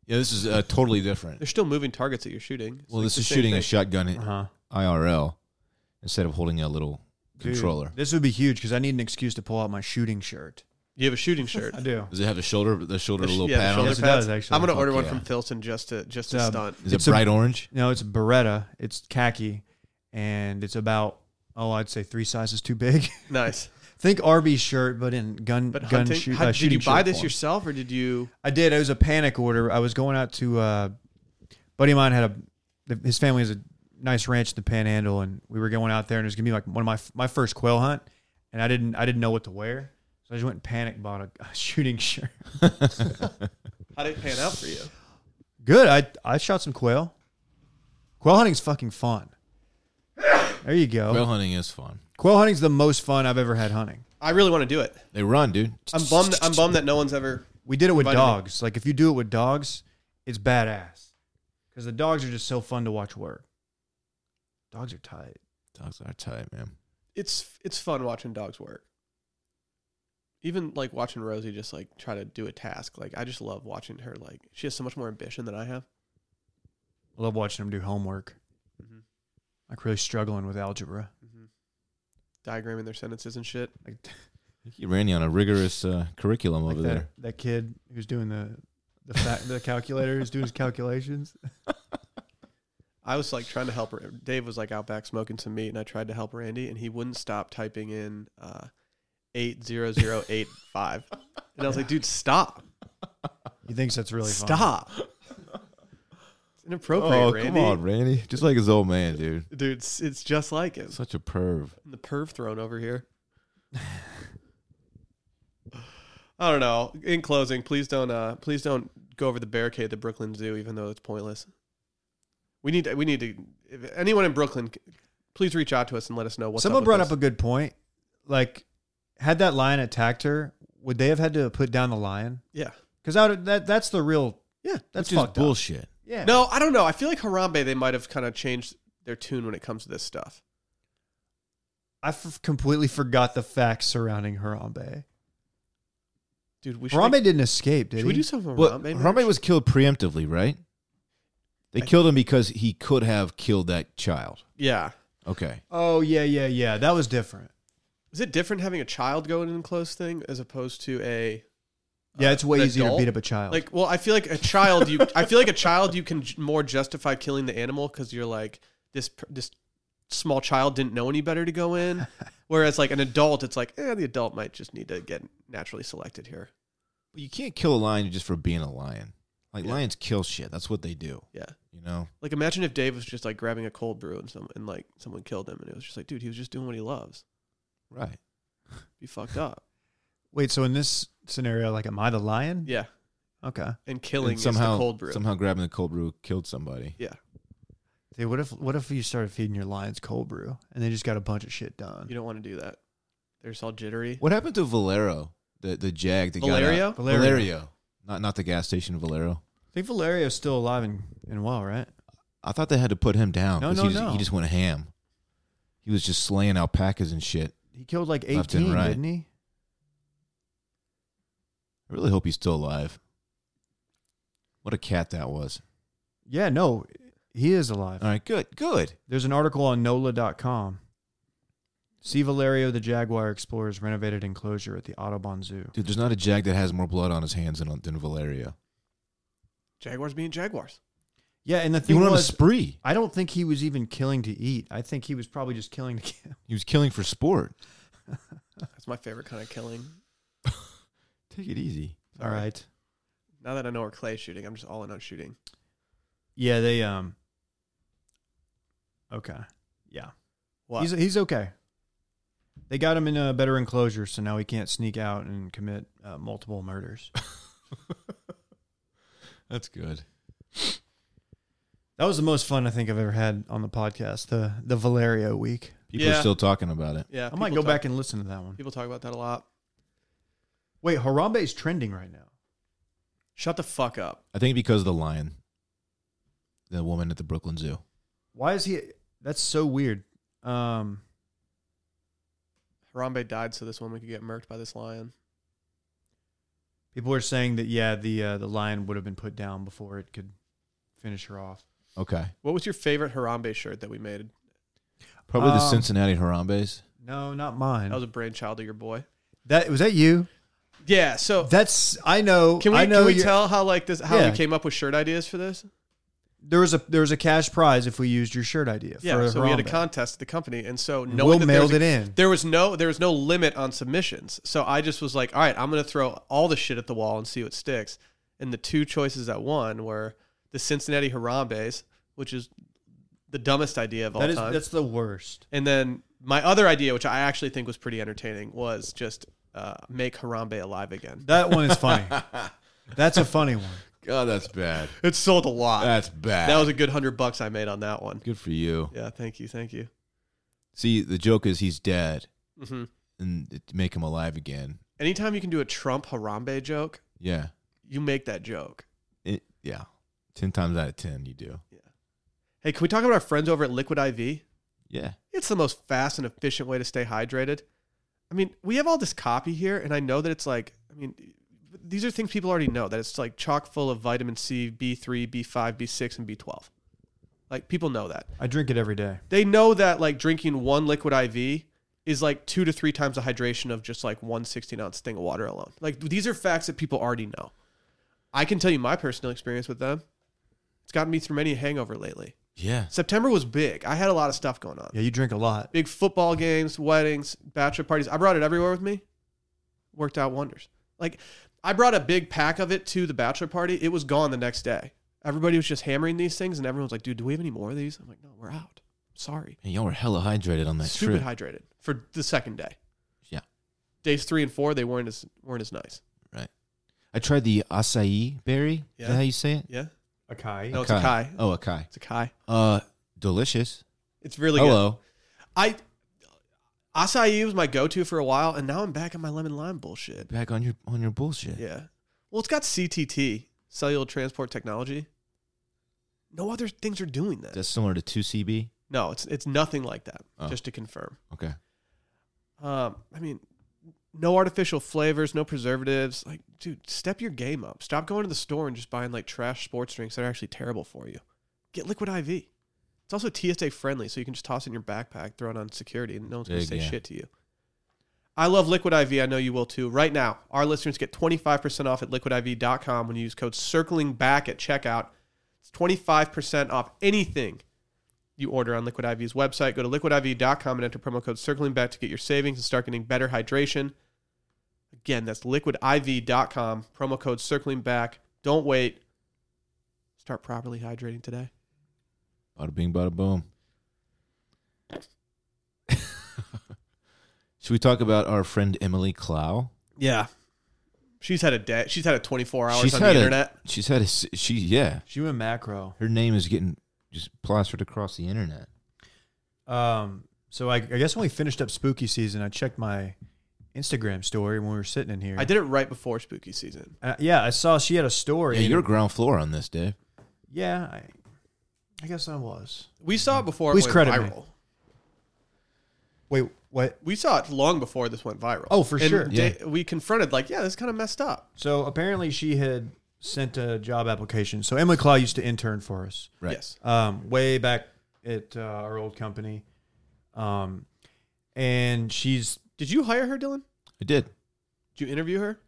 Yeah, this is uh, totally different.
They're still moving targets that you're shooting. It's
well,
like
this
the
is
same
shooting a
thing.
shotgun
Uh
in
huh.
IRL instead of holding a little
Dude,
controller.
This would be huge because I need an excuse to pull out my shooting shirt.
You have a shooting shirt.
I do.
Does it have the shoulder? The shoulder,
The
a
sh-
little
yeah, the
pad on
shoulder
it?
Yes, it
pads?
does actually.
I'm gonna order one
yeah.
from Filson just to just to
Um,
stunt.
Is
It's
it
a-
bright orange?
No, it's Beretta. It's khaki, and it's about oh, I'd say three sizes too big.
Nice.
Think Arby's shirt, but in gun
But
gun
hunting,
shoot,
how-
uh,
did
shooting
you buy
shirt
this
form.
yourself or did you?
I did. It was a panic order. I was going out to uh, buddy of mine had a th- his family has a nice ranch in the Panhandle, and we were going out there, and it was gonna be like one of my my first quail hunt, and I didn't I didn't know what to wear, so I just went and panic bought a, a shooting shirt.
How did it pan out for you?
Good. I I shot some quail. Quail hunting's fucking fun. There you go.
Quail hunting is fun.
quail hunting's the most fun I've ever had hunting.
I really want to do it.
They run, dude.
I'm bummed. I'm bummed that no one's ever.
We did it with
Invited me.
dogs. Like if you do it with dogs, it's badass. Because the dogs are just so fun to watch work. Dogs are tight.
Dogs are tight, man.
It's it's fun watching dogs work. Even like watching Rosie just like try to do a task. Like I just love watching her. Like she has so much more ambition than I have.
I
Mm-hmm,
love watching them do homework.
Mhm.
I like really struggling with algebra.
Mm-hmm. Diagramming their sentences and shit.
Like,
He ran you on a rigorous uh, curriculum
like
over
that,
there.
that kid who's doing the the fact the calculator who's doing his calculations.
I was like trying to help her. Dave was like out back smoking some meat, and I tried to help Randy, and he wouldn't stop typing in uh, eight zero zero eight five, and I was like, "Dude, stop,
He thinks that's really fun.
stop! It's inappropriate,
oh,
Randy.
come on, Randy. Just like his old man, dude.
Dude, it's, it's just like him.
Such a perv.
The perv throne over here. I don't know. In closing, please don't uh, please don't go over the barricade at the Brooklyn Zoo, even though it's pointless. We need to, we need to. If anyone in Brooklyn, c- please reach out to us and let us know what's
Someone
up
brought up a good point. Like, had that lion attacked her, would they have had to put down the lion?
yeah.
Because that that's the real
Yeah,
that's
Which is
fucked up.
bullshit.
Yeah.
No, I don't know. I feel like Harambe. They might have kind of changed their tune when it comes to this stuff.
I f- completely forgot the facts surrounding Harambe.
Dude, we should.
Harambe
make-
didn't escape, did
should
he?
we do something
Well,
Harambe?
Harambe was killed preemptively, right? They
I-
killed him because he could have killed that child.
Yeah.
Okay.
oh yeah, yeah, yeah. That was different.
Is it different having a child go in an enclosed thing as opposed to a?
Yeah,
uh,
it's way
an
easier
adult?
to beat up a child.
Like, well, I feel like a child. You, I feel like a child. You can j- more justify killing the animal because you're like this. per- This small child didn't know any better to go in. Whereas, like an adult, it's like, eh, the adult might just need to get naturally selected here.
But you can't kill a lion just for being a lion. Like
Yeah.
lions kill shit. That's what they do.
Yeah.
You know.
Like, imagine if Dave was just like grabbing a cold brew and some and like someone killed him, and it was just like, dude, he was just doing what he loves.
Right.
Be fucked up.
Wait, so in this scenario, like, am I the lion?
Yeah,
Okay.
and killing
And
is
somehow
the cold brew.
somehow grabbing the cold brew killed somebody.
Dude, what if what if you started feeding your lions cold brew and they just got a bunch of shit done?
You don't want to do that. They're just all jittery.
What happened to Valero? The the jag that
Valerio?
got out? Valerio. Valerio. Not not the gas station Valero.
I think Valerio's still alive and, and well, right?
I thought they had to put him down
No,
'cause
no,
he, just,
no.
he just went ham. He was just slaying alpacas and shit.
He killed like eighteen,
Left and right.
didn't he?
I really hope he's still alive. What a cat that was.
Yeah, no, he is alive.
All right, good, good.
There's an article on NOLA.com. See Valerio the Jaguar explores renovated enclosure at the Audubon Zoo.
Dude, there's not a jag that has more blood on his hands than, than Valerio.
Jaguars being jaguars.
Yeah, and the
He
thing
went on a
was,
spree.
I don't think he was even killing to eat. I think he was probably just killing to kill.
He was killing for sport.
That's my favorite kind of killing.
Take it easy.
All right.
Now that I know where Clay's shooting, I'm just all in on shooting.
Yeah, they um. Okay. Yeah.
What?
He's he's okay. They got him in a better enclosure, so now he can't sneak out and commit uh, multiple murders.
That's good.
That was the most fun I think I've ever had on the podcast. The the Valerio week.
People
Yeah.
are still talking about it.
yeah,
I might go
people talk-
back and listen to that one.
People talk about that a lot.
Wait, Harambe is trending right now.
Shut the fuck up.
I think because of the lion, the woman at the Brooklyn Zoo.
Why is he? That's so weird. Um,
Harambe died so this woman could get murked by this lion.
people are saying that yeah, the uh, the lion would have been put down before it could finish her off.
Okay.
What was your favorite Harambe shirt that we made?
Probably the
Um,
Cincinnati Harambe's.
No, not mine.
That was a brainchild of your boy.
that was that you.
Yeah. So
That's I know.
can we
I know
can we
you're-
tell how like this how
Yeah.
we came up with shirt ideas for this?
there was a there was a cash prize if we used your shirt idea.
Yeah.
for
So we had a
Harambe.
contest at the company, and so
And
no
Will
one
mailed
there was,
it in.
There was no there was no limit on submissions, so I just was like, all right, I'm gonna throw all the shit at the wall and see what sticks. And the two choices that won were the Cincinnati Harambe's, which is the dumbest idea of all
That is
time.
that's the worst.
And then my other idea, which I actually think was pretty entertaining, was just uh, make Harambe alive again.
That one is funny. that's a funny one.
God, that's bad.
It sold a lot.
That's bad.
that was a good hundred bucks I made on that one.
good for you.
Yeah, thank you, thank you.
See, the joke is he's dead,
hmm
and it- make him alive again.
Anytime you can do a Trump Harambe joke,
Yeah.
you make that joke.
It, yeah. Ten times out of ten, you do.
Hey, can we talk about our friends over at Liquid IV?
Yeah.
It's the most fast and efficient way to stay hydrated. I mean, we have all this copy here, and I know that it's like, I mean, these are things people already know that it's like chock full of vitamin C, B3, B5, B6, and B12. Like people know that.
I drink it every day.
They know that like drinking one liquid IV is like two to three times the hydration of just like one 16 ounce thing of water alone. Like these are facts that people already know. I can tell you my personal experience with them. It's gotten me through many a hangover lately.
Yeah.
September was big. I had a lot of stuff going on.
Yeah, you drink a lot.
Big football games, weddings, bachelor parties. I brought it everywhere with me. Worked out wonders. Like I brought a big pack of it to the bachelor party. It was gone the next day. Everybody was just hammering these things, and everyone's like, "Dude, do we have any more of these?" I'm like, "No, we're out. Sorry."
And y'all were hella hydrated on that
Stupid
trip.
hydrated for the second day.
Yeah.
Days three and four, they weren't as weren't as nice.
I tried the acai berry. Is
Yeah.
that how you say it?
Yeah.
Akai.
No, it's a kai.
Oh, acai.
It's a kai.
Uh, delicious.
It's really good.
Hello.
I acai was my go-to for a while, and now I'm back on my lemon lime bullshit.
Back on your on your bullshit.
Yeah. Well, it's got CTT, cellular transport technology. No other things are doing that.
That's similar to two CB.
no, it's it's nothing like that.
Oh.
Just to confirm.
Okay.
Um, I mean, no artificial flavors, no preservatives. Like, dude, step your game up. Stop going to the store and just buying like trash sports drinks that are actually terrible for you. Get Liquid IV. It's also TSA friendly, so you can just toss it in your backpack, throw it on security, and no one's going to
Big,
say
yeah.
shit to you. I love Liquid IV. I know you will too. Right now, our listeners get 25% off at liquidiv.com when you use code circling back at checkout. It's 25% off anything you order on Liquid IV's website. Go to liquidiv.com and enter promo code circling back to get your savings and start getting better hydration. Again, that's liquidiv.com, promo code circling back. Don't wait. Start properly hydrating today.
Bada bing, bada boom. Should we talk about our friend Emily Clow?
Yeah. She's had a day. She's had a 24 hours
She's
on
had
the
a-
internet.
She's had a s- she yeah.
She went macro.
Her name is getting just plastered across the internet.
Um, so I, I guess when we finished up spooky season, I checked my Instagram story when we were sitting in here.
I did it right before spooky season.
Uh, yeah, I saw she had a story.
Yeah,
and-
you're ground floor on this, Dave.
Yeah, I, I guess I was.
We saw it before
Please
it went
credit me.
viral.
Wait, what?
We saw it long before this went viral.
Oh, for
And
sure.
da- We confronted like, yeah, this kind of messed up.
So apparently she had sent a job application. So Emily Claw used to intern for us
Right.
Yes.
um, way back at uh, our old company, um, and she's
Did you hire her, Dylan?
I did.
Did you interview her?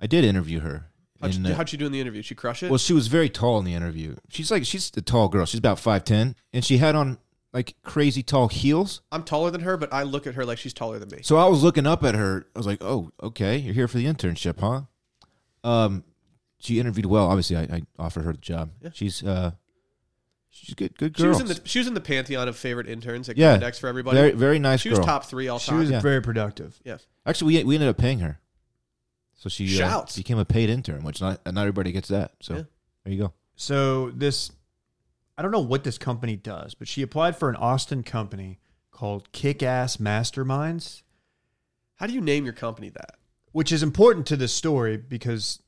I did interview her.
How'd,
And,
you,
uh,
how'd she do in the interview? She crush it?
well, she was very tall in the interview. She's like she's a tall girl. She's about five ten, and she had on like crazy tall heels.
I'm taller than her, but I look at her like she's taller than me.
So I was looking up at her. I was like, "Oh, okay, you're here for the internship, huh?" Um, she interviewed well. Obviously, I, I offered her the job.
Yeah.
She's uh, she's a good, good
She
girl.
was in the she was in the pantheon of favorite interns at
Yeah.
yeah, for everybody.
very, very nice
she
girl.
was top three all
she
time.
was
Yeah.
very productive.
Actually, we we ended up paying her, so she uh,
Shouts.
became a paid intern, which not not everybody gets that. So
Yeah.
there you go.
So this, I don't know what this company does, but she applied for an Austin company called Kick Ass Masterminds.
How do you name your company that?
which is important to this story because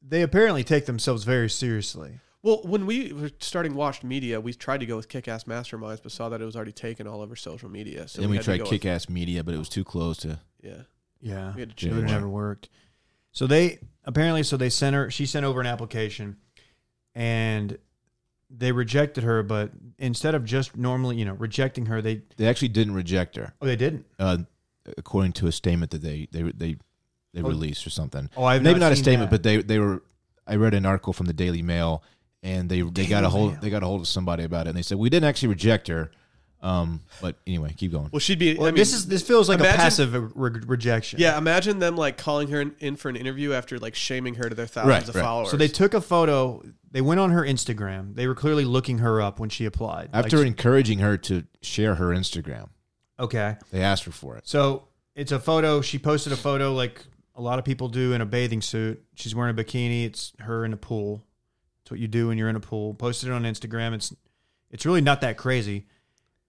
they apparently take themselves very seriously.
Well, when we were starting Watched Media, we tried to go with Kick Ass Masterminds, but saw that it was already taken all over social media. So
and then we,
had to
tried
go
kick ass media, but it was too close to.
With, yeah,
Yeah,
we had to
it
choose.
Yeah.
would've never worked. So they apparently, so they sent her. She sent over an application, and they rejected her. But instead of just normally, you know, rejecting her, they
They actually didn't reject her,
oh they didn't.
uh, according to a statement that they they they they
Oh.
released or something.
Oh, I've
maybe not, a
seen
statement,
that.
but they they were. I read an article from the Daily Mail, and they they got a
Daily
hold
Mail.
they got a hold of somebody about it, and they said we didn't actually reject her. Um, but anyway, keep going.
Well, she'd be.
Well,
I mean,
this is this feels like
imagine-
a passive re- re- rejection.
yeah. Imagine them like calling her in, in for an interview after like shaming her to their thousands
Right,
of
right.
followers.
So they took a photo. They went on her Instagram. They were clearly looking her up when she applied. Like,
After encouraging her to share her Instagram,
okay,
they asked her for it.
So it's a photo. She posted a photo like a lot of people do in a bathing suit. She's wearing a bikini. It's her in a pool. It's what you do when you're in a pool. Posted it on Instagram. It's it's really not that crazy.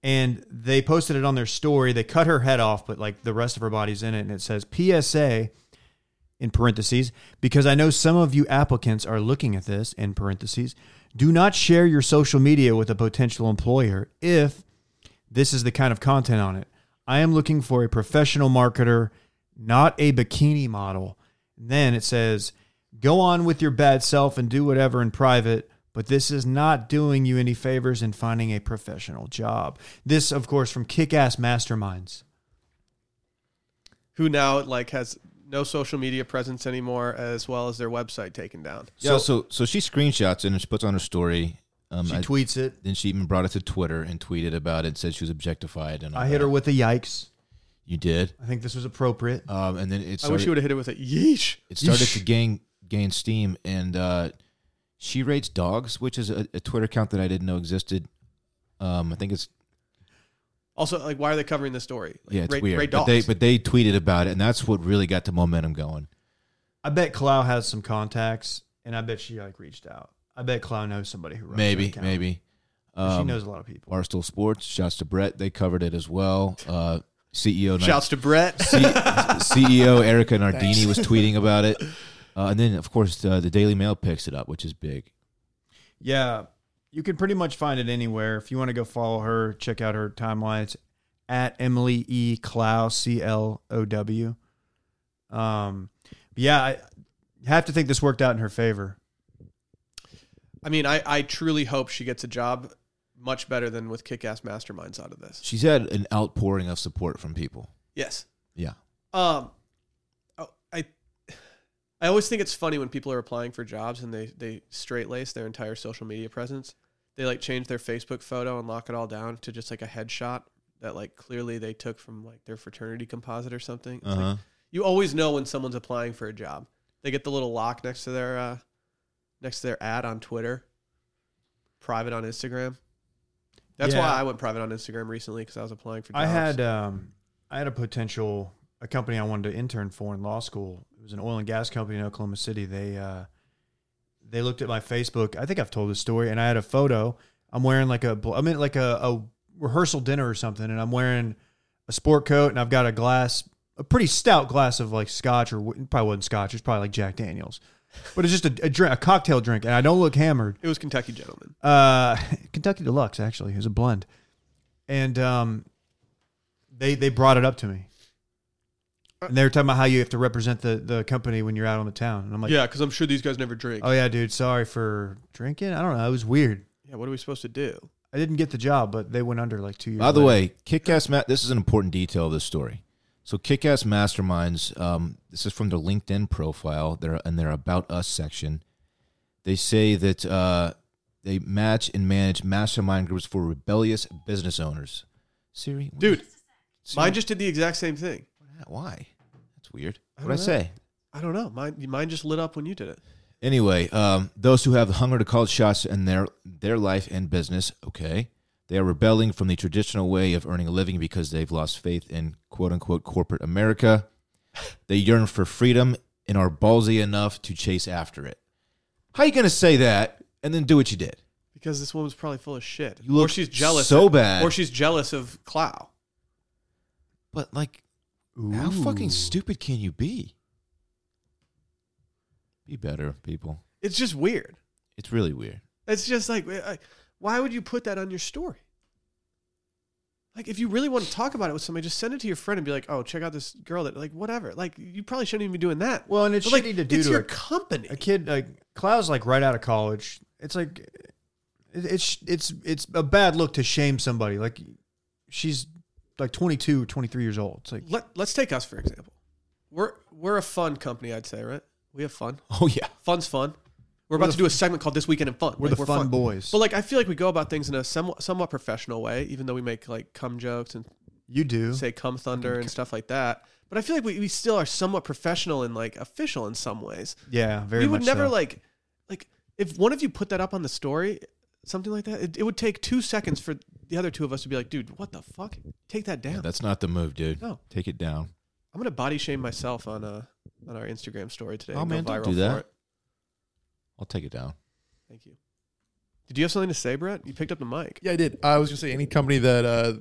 And they posted it on their story. They cut her head off, but like the rest of her body's in it. And it says PSA in parentheses because I know some of you applicants are looking at this in parentheses. Do not share your social media with a potential employer if this is the kind of content on it. I am looking for a professional marketer, not a bikini model. And then it says, go on with your bad self and do whatever in private, but this is not doing you any favors in finding a professional job. This, of course, from Kick Ass Masterminds.
Who now like has no social media presence anymore, as well as their website taken down.
Yeah, so so she screenshots it and she puts on her story. Um,
She
I-
tweets it.
then she even brought it to Twitter and tweeted about it. and Said she was objectified and all
I hit
that.
her with a yikes.
You did.
I think this was appropriate.
Um, and then it
I wish
started,
you would have hit it with a yeesh.
it started
Yeesh.
to gain gain steam, and uh, she rates dogs, which is a, a Twitter account that I didn't know existed. Um, I think it's
Also, like, why are they covering this story? Like,
yeah, it's
rate-
weird.
rate
but they
dogs.
but they tweeted about it, and that's what really got the momentum going.
I bet Clow has some contacts, and I bet she like reached out. I bet Clow knows somebody who runs that
Maybe
account.
maybe
she
um,
knows a lot of people.
Barstool Sports. Shouts to Brett. They covered it as well. Uh, CEO Night
Shouts to Brett.
C- CEO Erica Nardini was tweeting about it, uh, and then of course uh, the Daily Mail picks it up, which is big.
Yeah, you can pretty much find it anywhere. If you want to go follow her, check out her timeline. It's at Emily E Clow C L O W. Um, but yeah, I have to think this worked out in her favor.
I mean, I, I truly hope she gets a job much better than with kick ass masterminds out of this.
She's had an outpouring of support from people.
Yes.
Yeah,
Um, oh, I I always think it's funny when people are applying for jobs and they they straight lace their entire social media presence. They like change their Facebook photo and lock it all down to just like a headshot that like clearly they took from like their fraternity composite or something. It's like,
uh-huh.
you always know when someone's applying for a job. They get the little lock next to their uh, next to their ad on Twitter, private on Instagram. That's
Yeah.
why I went private on Instagram recently because I was applying for. Jobs.
I had um, I had a potential a company I wanted to intern for in law school. It was an oil and gas company in Oklahoma City. They uh, they looked at my Facebook. I think I've told this story, and I had a photo. I'm wearing like a bl- I'm in like a, a rehearsal dinner or something, and I'm wearing a sport coat, and I've got a glass, a pretty stout glass of like scotch or wh- it probably wasn't scotch. It's probably like Jack Daniels, but it's just a, a drink, a cocktail drink, and I don't look hammered
it was Kentucky Gentleman.
uh, Kentucky Deluxe actually. It was a blend, and um, they they brought it up to me, and they were talking about how you have to represent the the company when you're out on the town, and I'm like,
yeah, because I'm sure these guys never drink.
oh yeah, dude, sorry for drinking. I don't know, it was weird.
yeah, what are we supposed to do?
I didn't get the job, but they went under like two years.
By the
later.
way, Kickass Matt, this is an important detail of this story. So Kickass Masterminds, um, this is from their LinkedIn profile. They're and their About Us section. They say that uh, they match and manage mastermind groups for rebellious business owners. Siri, what-
Dude,
Siri,
mine just did the exact same thing.
why? That's weird.
I
What I
don't
say?
I don't know. Mine mine just lit up when you did it.
Anyway, um, those who have the hunger to call the shots in their their life and business, okay, they are rebelling from the traditional way of earning a living because they've lost faith in quote unquote corporate America. They yearn for freedom and are ballsy enough to chase after it. How you gonna say that and then do what you did?
Because this woman's probably full of shit.
You look
or she's jealous.
so bad.
Or she's jealous of Clow.
But like, how
Ooh.
fucking stupid can you be? Be better, people.
It's just weird.
It's really weird.
It's just like, I- why would you put that on your story? Like, if you really want to talk about it with somebody, just send it to your friend and be like, "Oh, check out this girl that like whatever." Like, you probably shouldn't even be doing that.
Well, and it's
But, like,
shitty to do
it's
to
your
a-
company.
a kid like Cloud's like right out of college. It's like it- it's it's it's a bad look to shame somebody. Like she's like 22, 23 years old. It's like
Let Let's take us for example. We're we're a fun company, I'd say, right? We have fun.
Oh yeah.
Fun's fun. We're about
the
to do a segment called "This Weekend in Fun."
We're
Like,
the fun, boys.
But like, I feel like we go about things in a somewhat somewhat professional way, even though we make like cum jokes and
you do.
say "Come Thunder" and stuff like that. But I feel like we, we still are somewhat professional and like official in some ways.
Yeah, very
we would
much
never
so.
like like if one of you put that up on the story something like that it, it would take two seconds for the other two of us to be like dude what the fuck take that down
yeah. That's not the move, dude.
No.
Take it down.
i'm gonna body shame myself on uh on our instagram story today
Oh,
and go
man, don't
viral
do
for
that.
it
I'll take it down.
thank you did you have something to say brett you picked up the mic
Yeah, I did. I was gonna say any company that uh,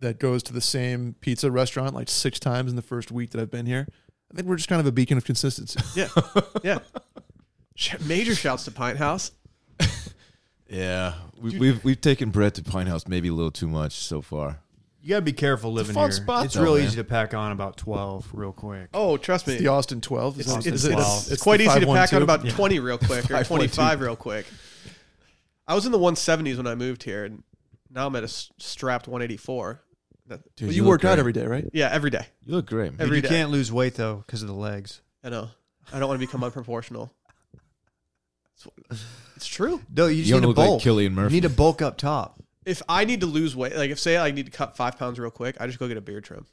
that goes to the same pizza restaurant like six times in the first week that I've been here, I think we're just kind of a beacon of consistency.
yeah yeah Sh- major shouts to pint house
Yeah, we, we've we've taken Brett to Pine House maybe a little too much so far.
You gotta be careful living
fun
here.
spot,
it's
though,
real
man.
easy to pack on about twelve real quick.
oh trust me
It's the Austin Twelve.
it's,
Is that-
it's-
is it-
it's-
Wow.
it's
it's
quite
the
easy to pack
512?
on about 20 real quick or
512.
25 real quick I was in the 170s when I moved here, and now I'm at a s- strapped 184. That-
Dude,
Dude,
you,
you look
work out
great.
every day, right?
yeah, every day.
You look great. man.
Every
you
day.
can't lose weight though because of the legs.
I know. I don't want to become unproportional. It's, it's true.
No, you just
You don't
need to
look like
bulk.
Killian
you
Murphy.
need to bulk up top.
If I need to lose weight, like if say I need to cut five pounds real quick, I just go get a beard trim.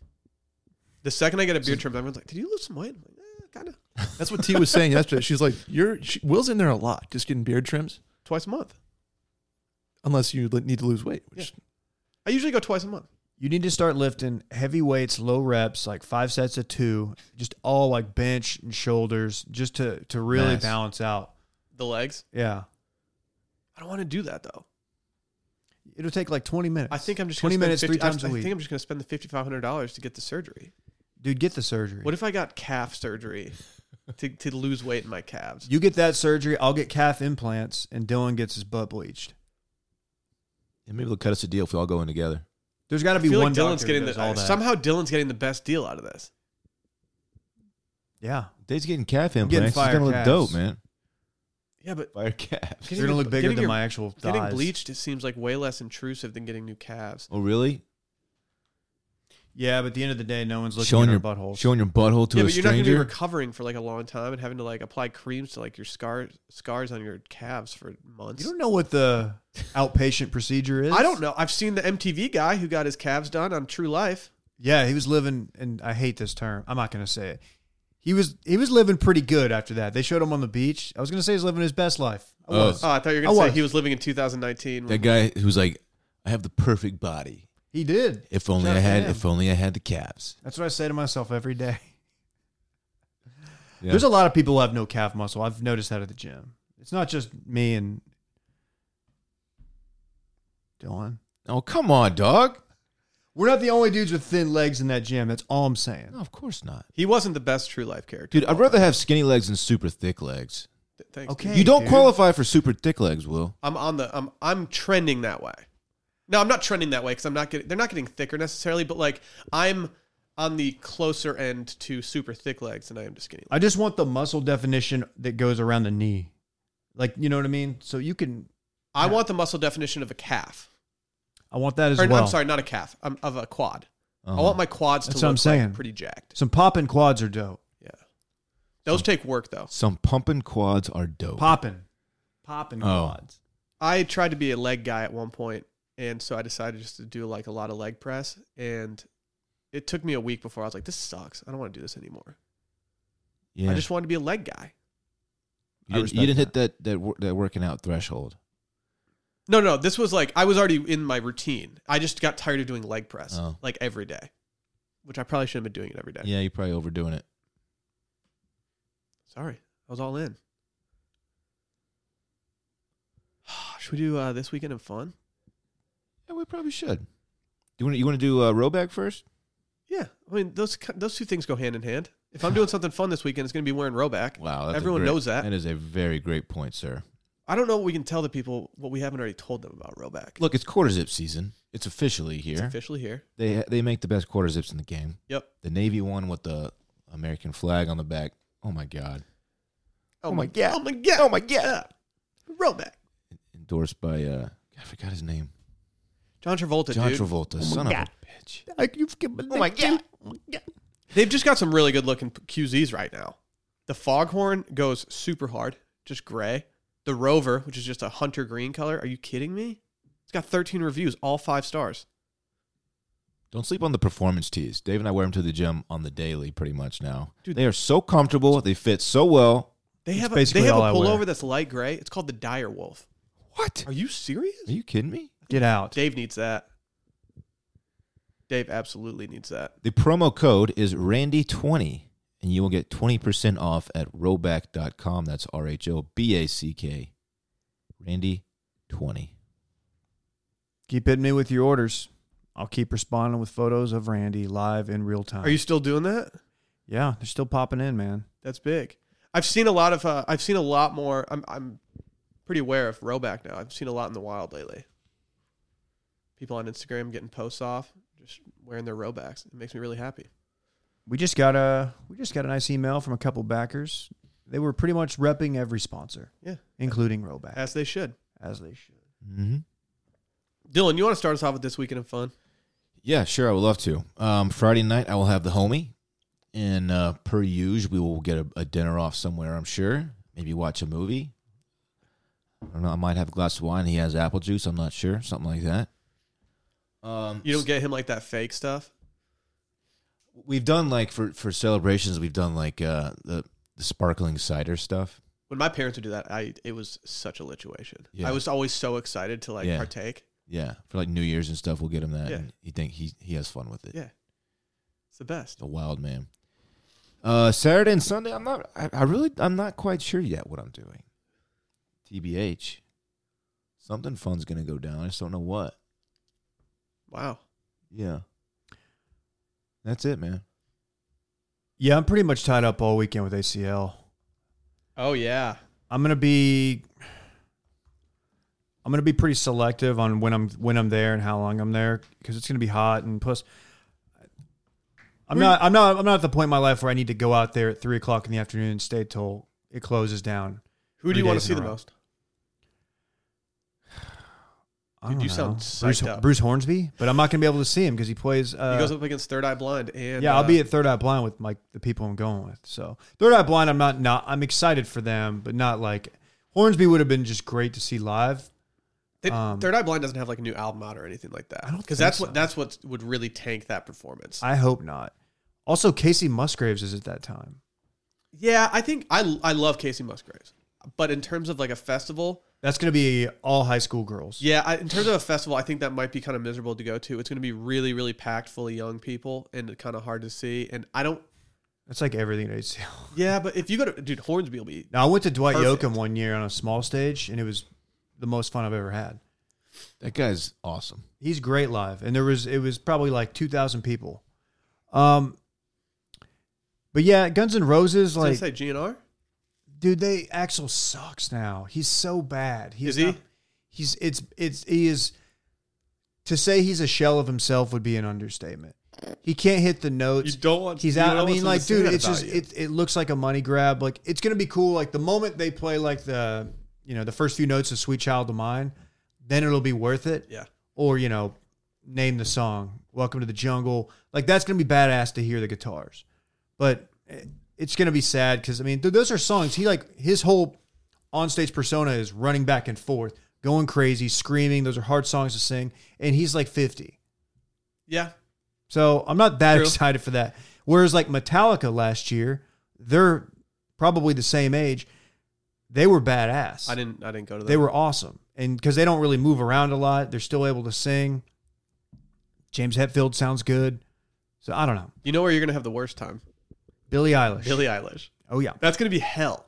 The second I get a beard trim, everyone's like, "Did you lose some weight?" I'm like, eh, "Kind of,
That's what T was saying yesterday. She's like, "You're she, Will's in there a lot, just getting beard trims,
twice a month.
unless you li- need to lose weight." Which
I usually go twice a month."
You need to start lifting heavy weights, low reps, like five sets of two, just all like bench and shoulders, just to to really
Nice.
balance out.
The legs.
Yeah,
I don't want to do that though.
it'll take like twenty minutes.
I think I'm just gonna
twenty
spend
minutes
50
three times
I,
a
I
week.
think I'm just going to spend the fifty five hundred dollars to get the surgery.
Dude, get the surgery.
What if I got calf surgery to, to lose weight in my calves?
you get that surgery? I'll get calf implants, and Dylan gets his butt bleached.
And maybe they'll cut us a deal if we all go in together.
There's got to
I
be
feel
one
like Dylan's
doctor
getting
that does
the uh,
all that.
somehow Dylan's getting the best deal out of this.
yeah,
Dave's getting calf
getting
implants. He's
fire
gonna look
calves.
dope, man.
Yeah, but
Fire calves.
they're gonna
your-
look bigger
getting
than
your-
my actual thighs.
getting bleached it seems like way less intrusive than getting new calves.
Oh, really?
Yeah, but at the end of the day, no one's looking
Showing
at
your
our buttholes.
Showing your butthole to
yeah,
a
but you're not
stranger.
gonna be recovering for like a long time and having to like apply creams to like your scar scars on your calves for months.
you don't know what the outpatient procedure is.
I don't know. I've seen the MTV guy who got his calves done on True Life.
Yeah, he was living, and I hate this term. I'm not gonna say it. He was he was living pretty good after that. They showed him on the beach. I was gonna say he's living his best life. I
Oh.
was.
Oh, I thought you were
I
gonna say
was.
he was living in 2019.
that guy who's like, I have the perfect body.
He did.
If only
Shout out
I
to
had.
him.
If only I had the calves.
That's what I say to myself every day.
Yeah.
There's a lot of people who have no calf muscle. I've noticed that at the gym. It's not just me and Dylan.
oh, come on, dog.
We're not the only dudes with thin legs in that gym. That's all I'm saying.
No, of course not,
He wasn't the best True Life character.
dude. I'd rather have skinny legs than super thick legs.
Th- Thanks.
Okay.
dude.
Hey,
you don't
dude.
qualify for super thick legs, Will.
I'm on the I'm I'm trending that way. No, I'm not trending that way because I'm not getting they're not getting thicker necessarily, but like I'm on the closer end to super thick legs than I am to skinny. legs.
I just want the muscle definition that goes around the knee. Like, you know what I mean? So you can
I want the muscle definition of a calf.
I want that as
Or,
well.
I'm sorry, not a calf. I'm of a quad. I
Uh-huh.
want my quads
That's
to
what
look
I'm saying.
Like pretty jacked.
Some poppin' quads are dope.
Yeah. Those take work though.
Some pumping quads are dope.
Poppin'. Poppin'
Oh.
quads.
I tried to be a leg guy at one point, and so I decided just to do like a lot of leg press, and it took me a week before I was like, "This sucks. I don't want to do this anymore."
Yeah.
I just wanted to be a leg guy.
I
you didn't, you
respect
didn't hit that that wor- that working out threshold.
No, no, this was like I was already in my routine. I just got tired of doing leg press
Oh.
like every day, which I probably shouldn't have been doing it every day.
Yeah, you're probably overdoing it.
Sorry, I was all in. Should we do uh, this weekend in fun?
Yeah, we probably should. Do you want you want to do uh, rowback first?
Yeah, I mean those ki- those two things go hand in hand. If I'm doing something fun this weekend, it's going to be wearing Roback.
Wow, that's a
Everyone
great-
knows that.
That is a very great point, sir.
I don't know what we can tell the people what we haven't already told them about Roback.
Look, it's quarter zip season. It's officially
it's
here.
officially here.
They they make the best quarter zips in the game.
Yep.
The navy one with the American flag on the back. Oh my god!
Oh,
my God.
Oh my god!
Oh my God.
Roback.
Endorsed by uh, I forgot his name.
John Travolta,
John
dude.
Travolta. son
God.
of a bitch.
Oh my god.
They've just got some really good looking QZs right now. The Foghorn goes super hard, just gray. The Rover, which is just a hunter green color. Are you kidding me? It's got 13 reviews, all five stars.
Don't sleep on the performance tees. Dave and I wear them to the gym on the daily, pretty much now.
Dude.
They are so comfortable. They fit so well.
They
It's
have a,
basically
they have a
all I wear.
pullover that's light gray. It's called the Dire Wolf.
What?
Are you serious?
Are you kidding me?
Get out.
Dave needs that. Dave absolutely needs that.
The promo code is Randy20, and you will get 20% off at roback.com. That's R H O B A C K. Randy20.
Keep hitting me with your orders. I'll keep responding with photos of Randy live in real time.
Are you still doing that?
Yeah, they're still popping in, man.
That's big. I've seen a lot of. Uh, I've seen a lot more. I'm. I'm pretty aware of Roback now. I've seen a lot in the wild lately. People on Instagram getting posts off, just wearing their Robacks. It makes me really happy.
We just got a we just got a nice email from a couple backers. They were pretty much repping every sponsor,
Yeah,
including Roback,
as they should.
as they should.
Mm-hmm.
Dylan, you want to start us off with this weekend of fun?
Yeah, sure. I would love to. Um, Friday night, I will have the homie, and uh, per usual, we will get a, a dinner off somewhere. I'm sure. Maybe watch a movie. I don't know. I might have a glass of wine. He has apple juice. I'm not sure. Something like that. Um,
You don't get him like that fake stuff.
we've done like for for celebrations. We've done like uh, the the sparkling cider stuff.
When my parents would do that, I it was such a lituation.
Yeah.
I was always so excited to like
Yeah.
partake.
Yeah, for like New Year's and stuff, we'll get him that.
Yeah.
And he think he he has fun with it.
Yeah. It's the best.
The wild man. Uh, Saturday and Sunday, I'm not. I, I really, I'm not quite sure yet what I'm doing. TBH, something fun's gonna go down. I just don't know what.
Wow.
Yeah, that's it, man.
Yeah, I'm pretty much tied up all weekend with ACL.
Oh yeah.
I'm gonna be I'm gonna be pretty selective on when I'm when I'm there and how long I'm there because it's gonna be hot and plus I'm not I'm not I'm not at the point in my life where I need to go out there at three o'clock in the afternoon and stay till it closes down.
Who do
Three
you want
days
to
in
see
a
the
row.
most?
I
Dude,
don't
you sound
know. Bruce,
psyched up.
Bruce Hornsby, but I'm not gonna be able to see him because he plays. Uh,
he goes up against Third Eye Blind and
yeah, I'll
uh,
be at Third Eye Blind with like the people I'm going with. So Third Eye Blind, I'm not not I'm excited for them, but not like Hornsby would have been just great to see live.
they-
um,
Third Eye Blind doesn't have like a new album out or anything like that.
I don't
Because
think
that's
so.
what that's what would really tank that performance.
I hope not. Also, Casey Musgraves is at that time.
yeah, I think I I love Casey Musgraves, but in terms of like a festival,
That's gonna be all high school girls.
Yeah, I, in terms of a festival, I think that might be kind of miserable to go to. It's going to be really, really packed, full of young people, and kind of hard to see. And I don't.
That's like everything at HCL.
Yeah, but if you go to dude, Hornsby will be.
Now I went to Dwight
Perfect.
Yoakam one year on a small stage, and it was the most fun I've ever had.
That guy's awesome.
He's great live, and there was it was probably like two thousand people. Um, but yeah, Guns N' Roses,
Did I
like
say GNR?
dude, they Axel sucks now. He's so bad. He's
Is he?
not- he's it's it's he is. To say he's a shell of himself would be an understatement. He can't hit the notes.
don't want.
He's
you
out.
don't
I
want
mean,
someone to
like,
say
dude,
that
it's
about
just
you.
it, it. looks like a money grab. Like, it's gonna be cool. Like the moment they play like the you know the first few notes of "Sweet Child of Mine," then it'll be worth it.
Yeah.
Or you know, name the song "Welcome to the Jungle." Like that's gonna be badass to hear the guitars, but it- it's gonna be sad because I mean, th- those are songs. He like his whole onstage persona is running back and forth, going crazy, screaming. Those are hard songs to sing, and he's like fifty.
yeah,
So I'm not that
True.
excited for that. Whereas like Metallica last year, they're probably the same age. They were badass.
I didn't. I didn't go to that.
They were awesome, and because they don't really move around a lot, they're still able to sing. James Hetfield sounds good. So I don't know.
You know where you're going to have the worst time?
Billie Eilish.
Billie Eilish.
Oh yeah.
That's going to be hell.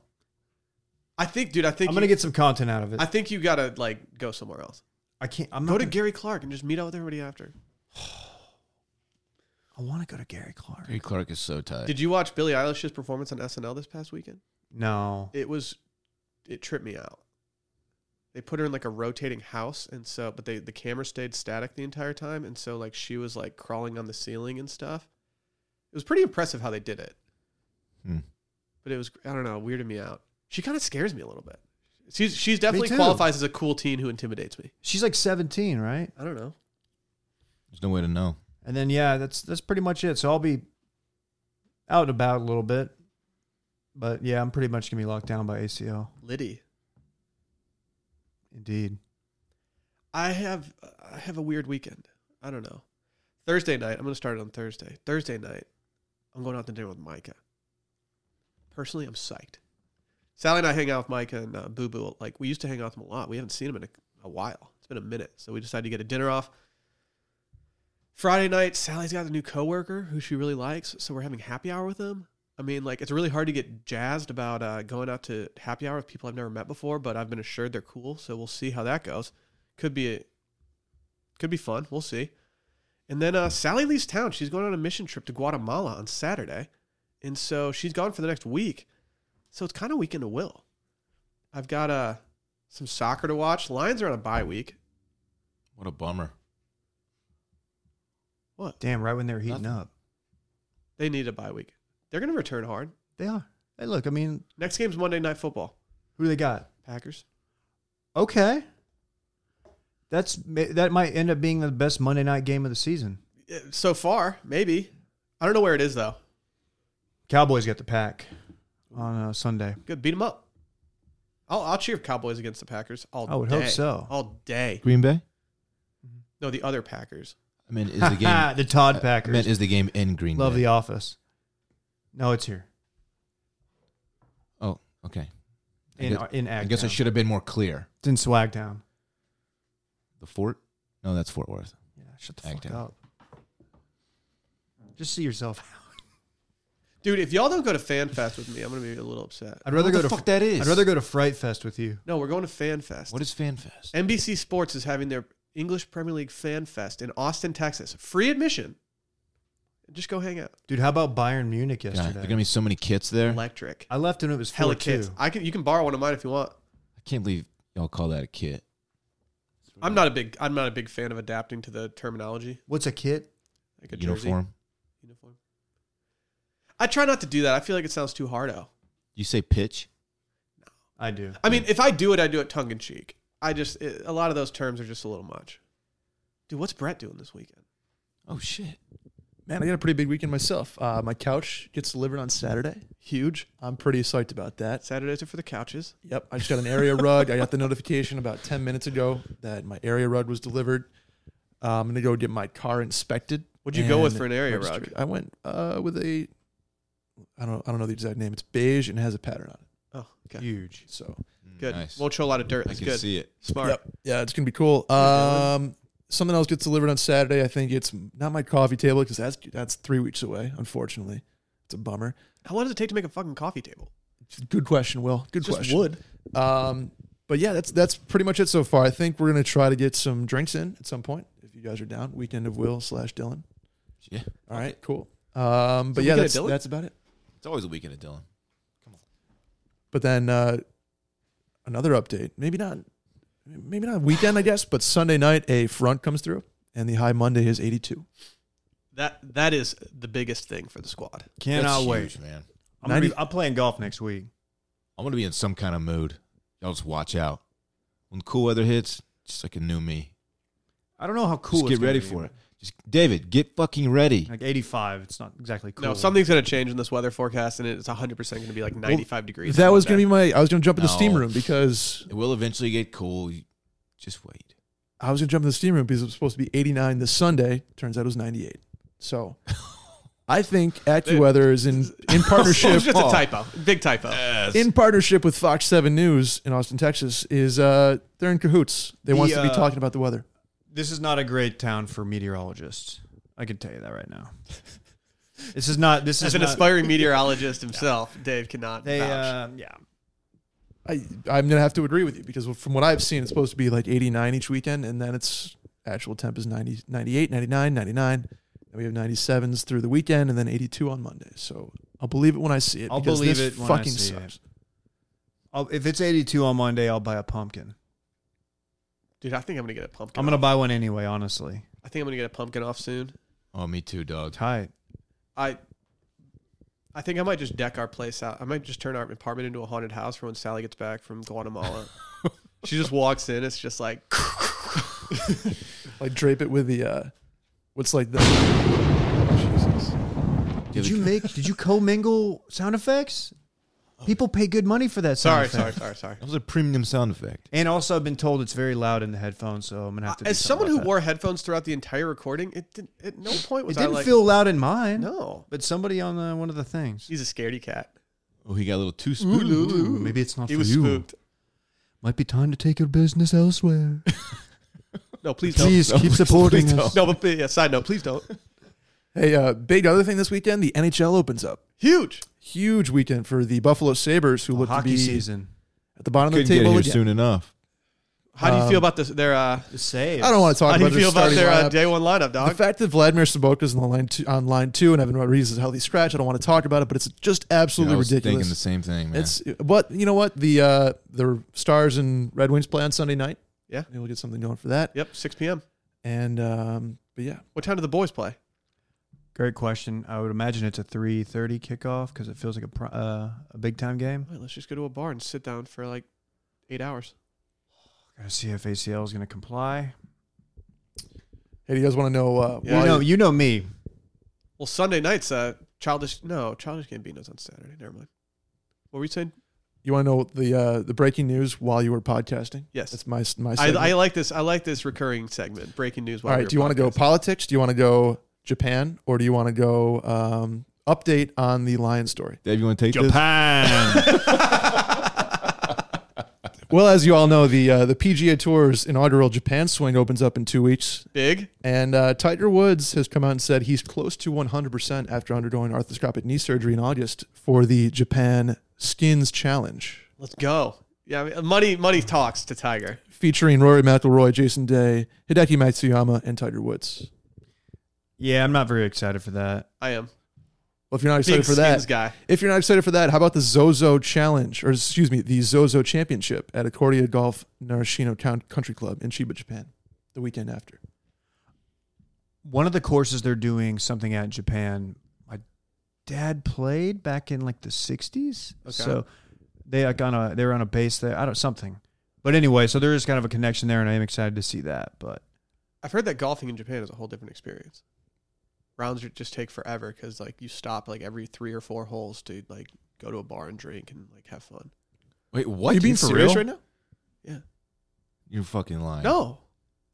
I think, dude. I think
I'm gonna
you,
get some content out of it.
I
I,
think you got to like go somewhere else.
can't. I'm
Go
not
to
gonna,
Gary Clark and just meet out with everybody after.
I want to go to Gary Clark.
Gary Clark is so tight.
Did you watch Billie Eilish's performance on SNL this past weekend?
No.
it was it tripped me out. They put her in like a rotating house and so but they the camera stayed static the entire time and so like she was like crawling on the ceiling and stuff. It was pretty impressive how they did it.
Hmm.
But it was I don't know, weirded me out. She kind of scares me a little bit. She's she's definitely
too.
qualifies as a cool teen who intimidates me.
She's like 17, right?
I don't know.
There's no way to know.
And then yeah, that's that's pretty much it. So I'll be out and about a little bit. But yeah, I'm pretty much gonna be locked down by ACL.
Liddy.
Indeed.
I have I have a weird weekend. I don't know. Thursday night, I'm going to start it on Thursday. Thursday night, I'm going out to dinner with Micah. Personally, I'm psyched. Sally and I hang out with Micah and uh, Boo Boo. Like we used to hang out with him a lot. We haven't seen him in a, a while. It's been a minute, so we decided to get a dinner off. Friday night, Sally's got a new coworker who she really likes, so we're having happy hour with them. I mean, like it's really hard to get jazzed about uh, going out to happy hour with people I've never met before, but I've been assured they're cool, so we'll see how that goes could be a, could be fun. We'll see. And then uh, Sally leaves town. She's going on a mission trip to Guatemala on Saturday, and so she's gone for the next week. So it's kind of weekend to will. I've got uh, some soccer to watch. Lions are on a bye week.
What a bummer.
What
Damn, right when they were heating
Nothing.
up.
they need a bye week. They're going to return hard.
They are. Hey, look, I mean,
Next game's Monday Night Football.
who do they got?
Packers.
Okay. That's ma- that might end up being the best Monday night game of the season.
Eh, So far, maybe. I don't know where it is though.
Cowboys get the pack on uh, Sunday.
Good, beat them up. I'll, I'll cheer Cowboys against the Packers all
I would
day.
hope so.
All day.
Green Bay.
No, the other Packers.
I mean, is the game
the Todd
I
Packers.
meant is the game in Green
Love
Bay?
the Office. No, it's here
oh, okay. I
in uh,
guess-
in
I
Agtown.
guess I should have been more clear.
It's in Swagtown.
The Fort? No, that's Fort Worth.
Yeah, shut the
fuck Agtown.
fuck up. Just see yourself out.
Dude, if y'all don't go to Fan Fest with me, I'm gonna be a little upset.
I'd rather
What
go
the
to
fuck that is?
I'd rather go to Fright Fest with you.
No, we're going to Fan Fest.
What is FanFest?
NBC Sports is having their English Premier League Fan Fest in Austin, Texas. Free admission. Just go hang out.
Dude, how about Bayern Munich
God, there are
yesterday?
gonna be so many kits there. I
Electric.
I left and it was
Hella
four
kids.
two.
I can you can borrow one of mine if you want.
can't believe y'all call that a kit. Mm.
I'm not a big I'm not a big fan of adapting to the terminology.
What's a kit?
Like a jersey.
Uniform.
Uniform. I try not to do that. I feel like it sounds too hard out.
You say pitch?
I do.
I mean, if I do it, I do it tongue in cheek. I just it, a lot of those terms are just a little much. Dude, what's Brett doing this weekend?
Oh shit!
Man, I got a pretty big weekend myself. Uh, my couch gets delivered on Saturday.
Huge.
I'm pretty psyched about that.
Saturdays are for the couches.
Yep, I just got an area rug. I got the notification about 10 minutes ago that my area rug was delivered. Uh, I'm going to go get my car inspected.
What'd you go with
and
for an area rug?
registered. I went uh, with a, I don't, I don't know the exact name. It's beige and has a pattern on it.
Oh, okay.
Huge.
So
Mm. Good.
Nice.
Won't show a lot of dirt.
I
That's
can
good.
see it.
Smart.
Yep. Yeah, it's gonna be cool. Um, something else gets delivered on Saturday. I think it's not my coffee table because that's that's three weeks away. Unfortunately, it's a bummer.
How long does it take to make a fucking coffee table?
Good question, Will. Good
It's just
question.
wood.
Um, but yeah, that's that's pretty much it so far. I think we're gonna try to get some drinks in at some point if you guys are down. Weekend of Will slash Dylan.
Yeah,
All right, cool. Um, but
Is it Weekend
yeah,
of
that's
Dylan?
that's about it.
it's always a weekend at Dylan.
But then uh, another update. Maybe not. Maybe not weekend, I guess, but Sunday night a front comes through, and the high Monday is 82.
That that is the biggest thing for the squad.
Cannot
That's
wait.
huge, man.
I'm, gonna be,
90
I'm playing golf next week.
I'm gonna be in some kind of mood. Y'all just watch out. When cool weather hits, just like a new me.
I don't know how cool.
just
it's
get
gonna
ready
be.
for it. Just David, get fucking ready.
Like 85. It's not exactly cool.
No, something's gonna change in this weather forecast, and it's 100 percent gonna be like 95 degrees.
That was gonna be my. I was gonna jump in the
No.
steam room because
It will eventually get cool. You- Just wait.
I was gonna jump in the steam room because it was supposed to be 89 this Sunday. Turns out it was 98. So I think AccuWeather is in in
partnership.
partnership Oh.
it's just a typo, big typo.
in partnership with Fox Seven News in Austin, Texas. Is uh they're in cahoots. They want us
The,
to be
uh,
talking about the weather.
this is not a great town for meteorologists. I can tell you that right now. this is not. This
As
is
an
not,
aspiring meteorologist himself, Dave cannot
They,
vouch.
uh, yeah.
I I'm gonna have to agree with you because from what I've seen, it's supposed to be like 89 each weekend, and then it's actual temp is 90, 98, 99, 99. And we have 97s through the weekend, and then 82 on Monday. So I'll believe it when I see it.
I'll
because
believe
this
it when I
fucking
see
sucks.
I'll, if it's 82 on Monday, I'll buy a pumpkin.
Dude, I think I'm gonna get a pumpkin.
I'm gonna buy one anyway. Honestly,
I think I'm gonna get a pumpkin off soon.
Oh, me too, dog.
tight.
I. I think I might just deck our place out. I might just turn our apartment into a haunted house for when Sally gets back from Guatemala. she just walks in. It's just like
Like drape it with the uh what's like the
Did you make? Did you commingle sound effects? People pay good money for that. Sound
Oh. sorry,
effect.
sorry, sorry, sorry.
That was a premium sound effect.
And also, I've been told it's very loud in the headphones, so I'm gonna have to. do
As someone
something about
who
that.
wore headphones throughout the entire recording, it did, at no point
it
was I
didn't
like
feel loud in mine.
no.
but somebody on the, one of the things.
He's a scaredy cat.
Oh, he got a little too spooked.
Ooh, maybe it's not
He
for
was
you.
spooked.
Might be time to take your business elsewhere.
No, please don't.
Please keep supporting us.
No, but yeah, side note, please don't.
Hey, uh big other thing this weekend, the NHL opens up.
Huge.
Huge weekend for the Buffalo Sabres who look to
Hockey
be
season.
at the bottom
Couldn't
of the
get
table
here
again.
soon enough.
How do you feel
Um,
about this? Their uh,
Say
I don't want to talk
how do
about
you
their
feel about
starting
their uh,
lineup.
day one lineup,
The
dog?
fact that Vladimir Soboka's on the line two, on line two and Evan Rodriguez is a healthy scratch, I don't want to talk about it, but it's just
Dude, I
absolutely
was thinking the
ridiculous.
same thing, man.
It's but you know what the uh, the Stars and Red Wings play on Sunday night.
Yeah.
maybe we'll get something going for that.
Yep, 6 p.m.
And um, but yeah,
What time do the boys play?
Great question. I would imagine it's a 3:30 kickoff because it feels like a pro- uh, a big time game.
All right, let's just go to a bar and sit down for like eight hours.
Gotta see if ACL is gonna comply.
Hey, do you guys want to know? Uh,
Yeah.
you
why-
know, you know me.
Well, Sunday night's uh, childish. No, childish Gambino's on Saturday. Never mind. What were you saying?
You want to know the uh, the breaking news while you were podcasting?
Yes.
That's my my.
I,
segment.
I like this. I like this recurring segment, breaking news.
All right. Do you want to go politics? Do you want to go Japan, or do you want to go um, update on the lion story?
Dave, you want to take this?
Japan.
Well, as you all know, the uh, the PGA Tour's inaugural Japan swing opens up in two weeks,
big?
and uh, Tiger Woods has come out and said he's close to 100% after undergoing arthroscopic knee surgery in August for the Japan Skins Challenge.
Let's go. Yeah, I mean, uh, money. Money talks to Tiger.
featuring Rory McIlroy, Jason Day, Hideki Matsuyama, and Tiger Woods.
yeah, I'm not very excited for that.
I am
Well, if you're not excited
big
for that,
skins guy.
if you're not excited for that, how about the Zozo Challenge, or excuse me, the Zozo Championship at Accordia Golf Narashino Town Country Club in Chiba, Japan, the weekend after.
One of the courses they're doing something at in Japan. My dad played back in like the 60s.
Okay.
So they like on a they were on a base there. I don't something. But anyway, so there is kind of a connection there, and I am excited to see that. But
I've heard that golfing in Japan is a whole different experience. Rounds are- just take forever because like you stop like every three or four holes to like go to a bar and drink and like have fun.
Wait, what?
You being for
serious
real?
right now?
Yeah.
You're fucking lying.
No.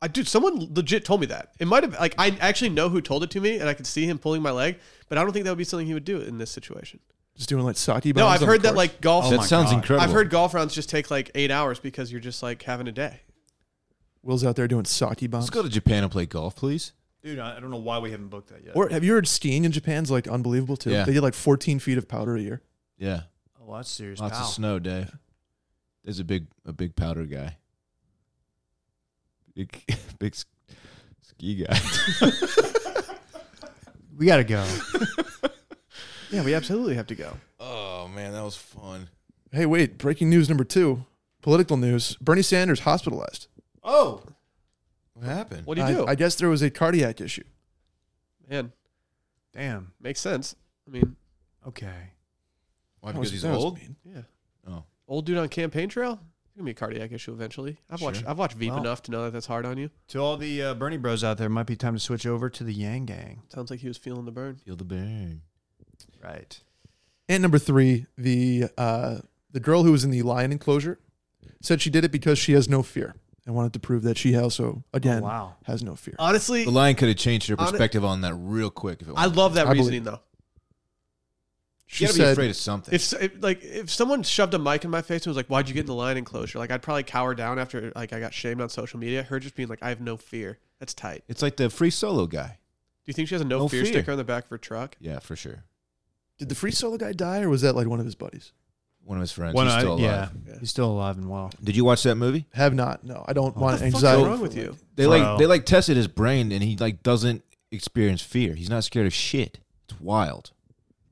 I dude, someone legit told me that. It might have like I actually know who told it to me and I could see him pulling my leg, but I don't think that would be something he would do in this situation.
Just doing like sake bombs.
No, I've
on the
heard that
course.
like golf
that sounds
God.
incredible.
I've heard golf rounds just take like eight hours because you're just like having a day.
Will's out there doing sake bombs.
Let's go to Japan and play golf, please.
dude, I don't know why we haven't booked that yet.
Or have you heard skiing in Japan's like unbelievable too?
Yeah.
They get like 14 feet of powder a year.
Yeah,
oh, that's serious.
lots of
pal.
snow, Dave. There's a big, a big powder guy. Big, big s- ski guy.
We gotta go.
Yeah, we absolutely have to go.
Oh man, that was fun.
Hey, wait! Breaking news number two, political news: Bernie Sanders hospitalized.
Oh,
What happened?
what do you
I,
do?
I guess there was a cardiac
Oh,
issue.
Man,
Damn.
makes sense. I mean,
Okay.
Why?
That
Because
was-
he's
that was
old.
mean.
yeah.
Oh,
Old dude on campaign trail. It's gonna be a cardiac issue eventually. I've watched
Sure.
I've watched Veep
Well.
enough to know that that's hard on you.
To all the uh, Bernie Bros out there, it might be time to switch over to the Yang Gang.
Sounds like he was feeling the burn.
feel the burn.
Right.
And number three, the uh, the girl who was in the lion enclosure said she did it because she has no fear and wanted to prove that she also again
Oh, wow.
has no fear.
Honestly,
The lion could have changed her
On it-
perspective on that real quick. If it
I
wanted.
love that
I believe-
reasoning though.
She
you gotta be
said,
afraid of something.
If, if like if someone shoved a mic in my face and was like, "Why'd you get in the lion enclosure?" Like I'd probably cower down after like I got shamed on social media. Her just being like, "I have no fear." That's tight.
it's like the free solo guy.
Do you think she has a no,
No
fear,
fear.
sticker on the back of her truck?
Yeah, for sure.
"Did the free solo guy die, or was that like one of his buddies?"
One of his friends.
One
he's
eye-
still alive.
yeah.
Yeah.
He's still alive and well.
Did you watch that movie?
Have not. No, I
Oh,
don't
What
What
want
the fuck's
anxiety.
wrong with
for,
you?
like-
They
Bro.
like they like tested his brain and he like doesn't experience fear. He's not scared of shit. It's wild.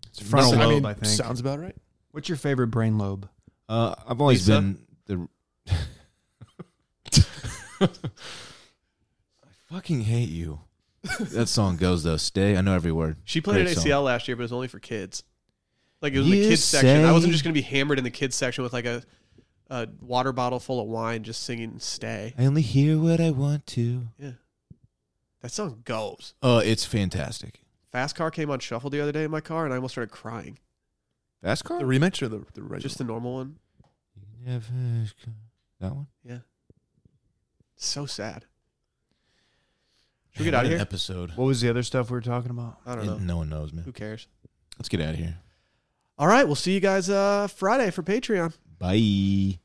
It's frontal
I
lobe, I,
mean,
think.
sounds about right.
What's your favorite brain lobe?
Uh, I've always
Lisa?
been the. I fucking hate you. That song goes though. Stay. I know every word.
She played
Great
at
song.
ACL last year, but it was only for kids. Like it was in
You
the kids section. I wasn't
say-
just gonna be hammered in the kids section with like a, a water bottle full of wine, just singing "Stay."
I only hear what I want to.
Yeah, that song goes.
Uh, it's fantastic.
Fast Car came on shuffle the other day in my car, and I almost started crying.
That's
The
car.
remix or the the original?
Just the normal one.
That one.
So sad. Should we get out of
What an
here?
Episode.
What was the other stuff we were talking about?
I don't know.
No one knows, man.
Who cares?
Let's get out of here.
All right, we'll see you guys uh, Friday for Patreon.
Bye.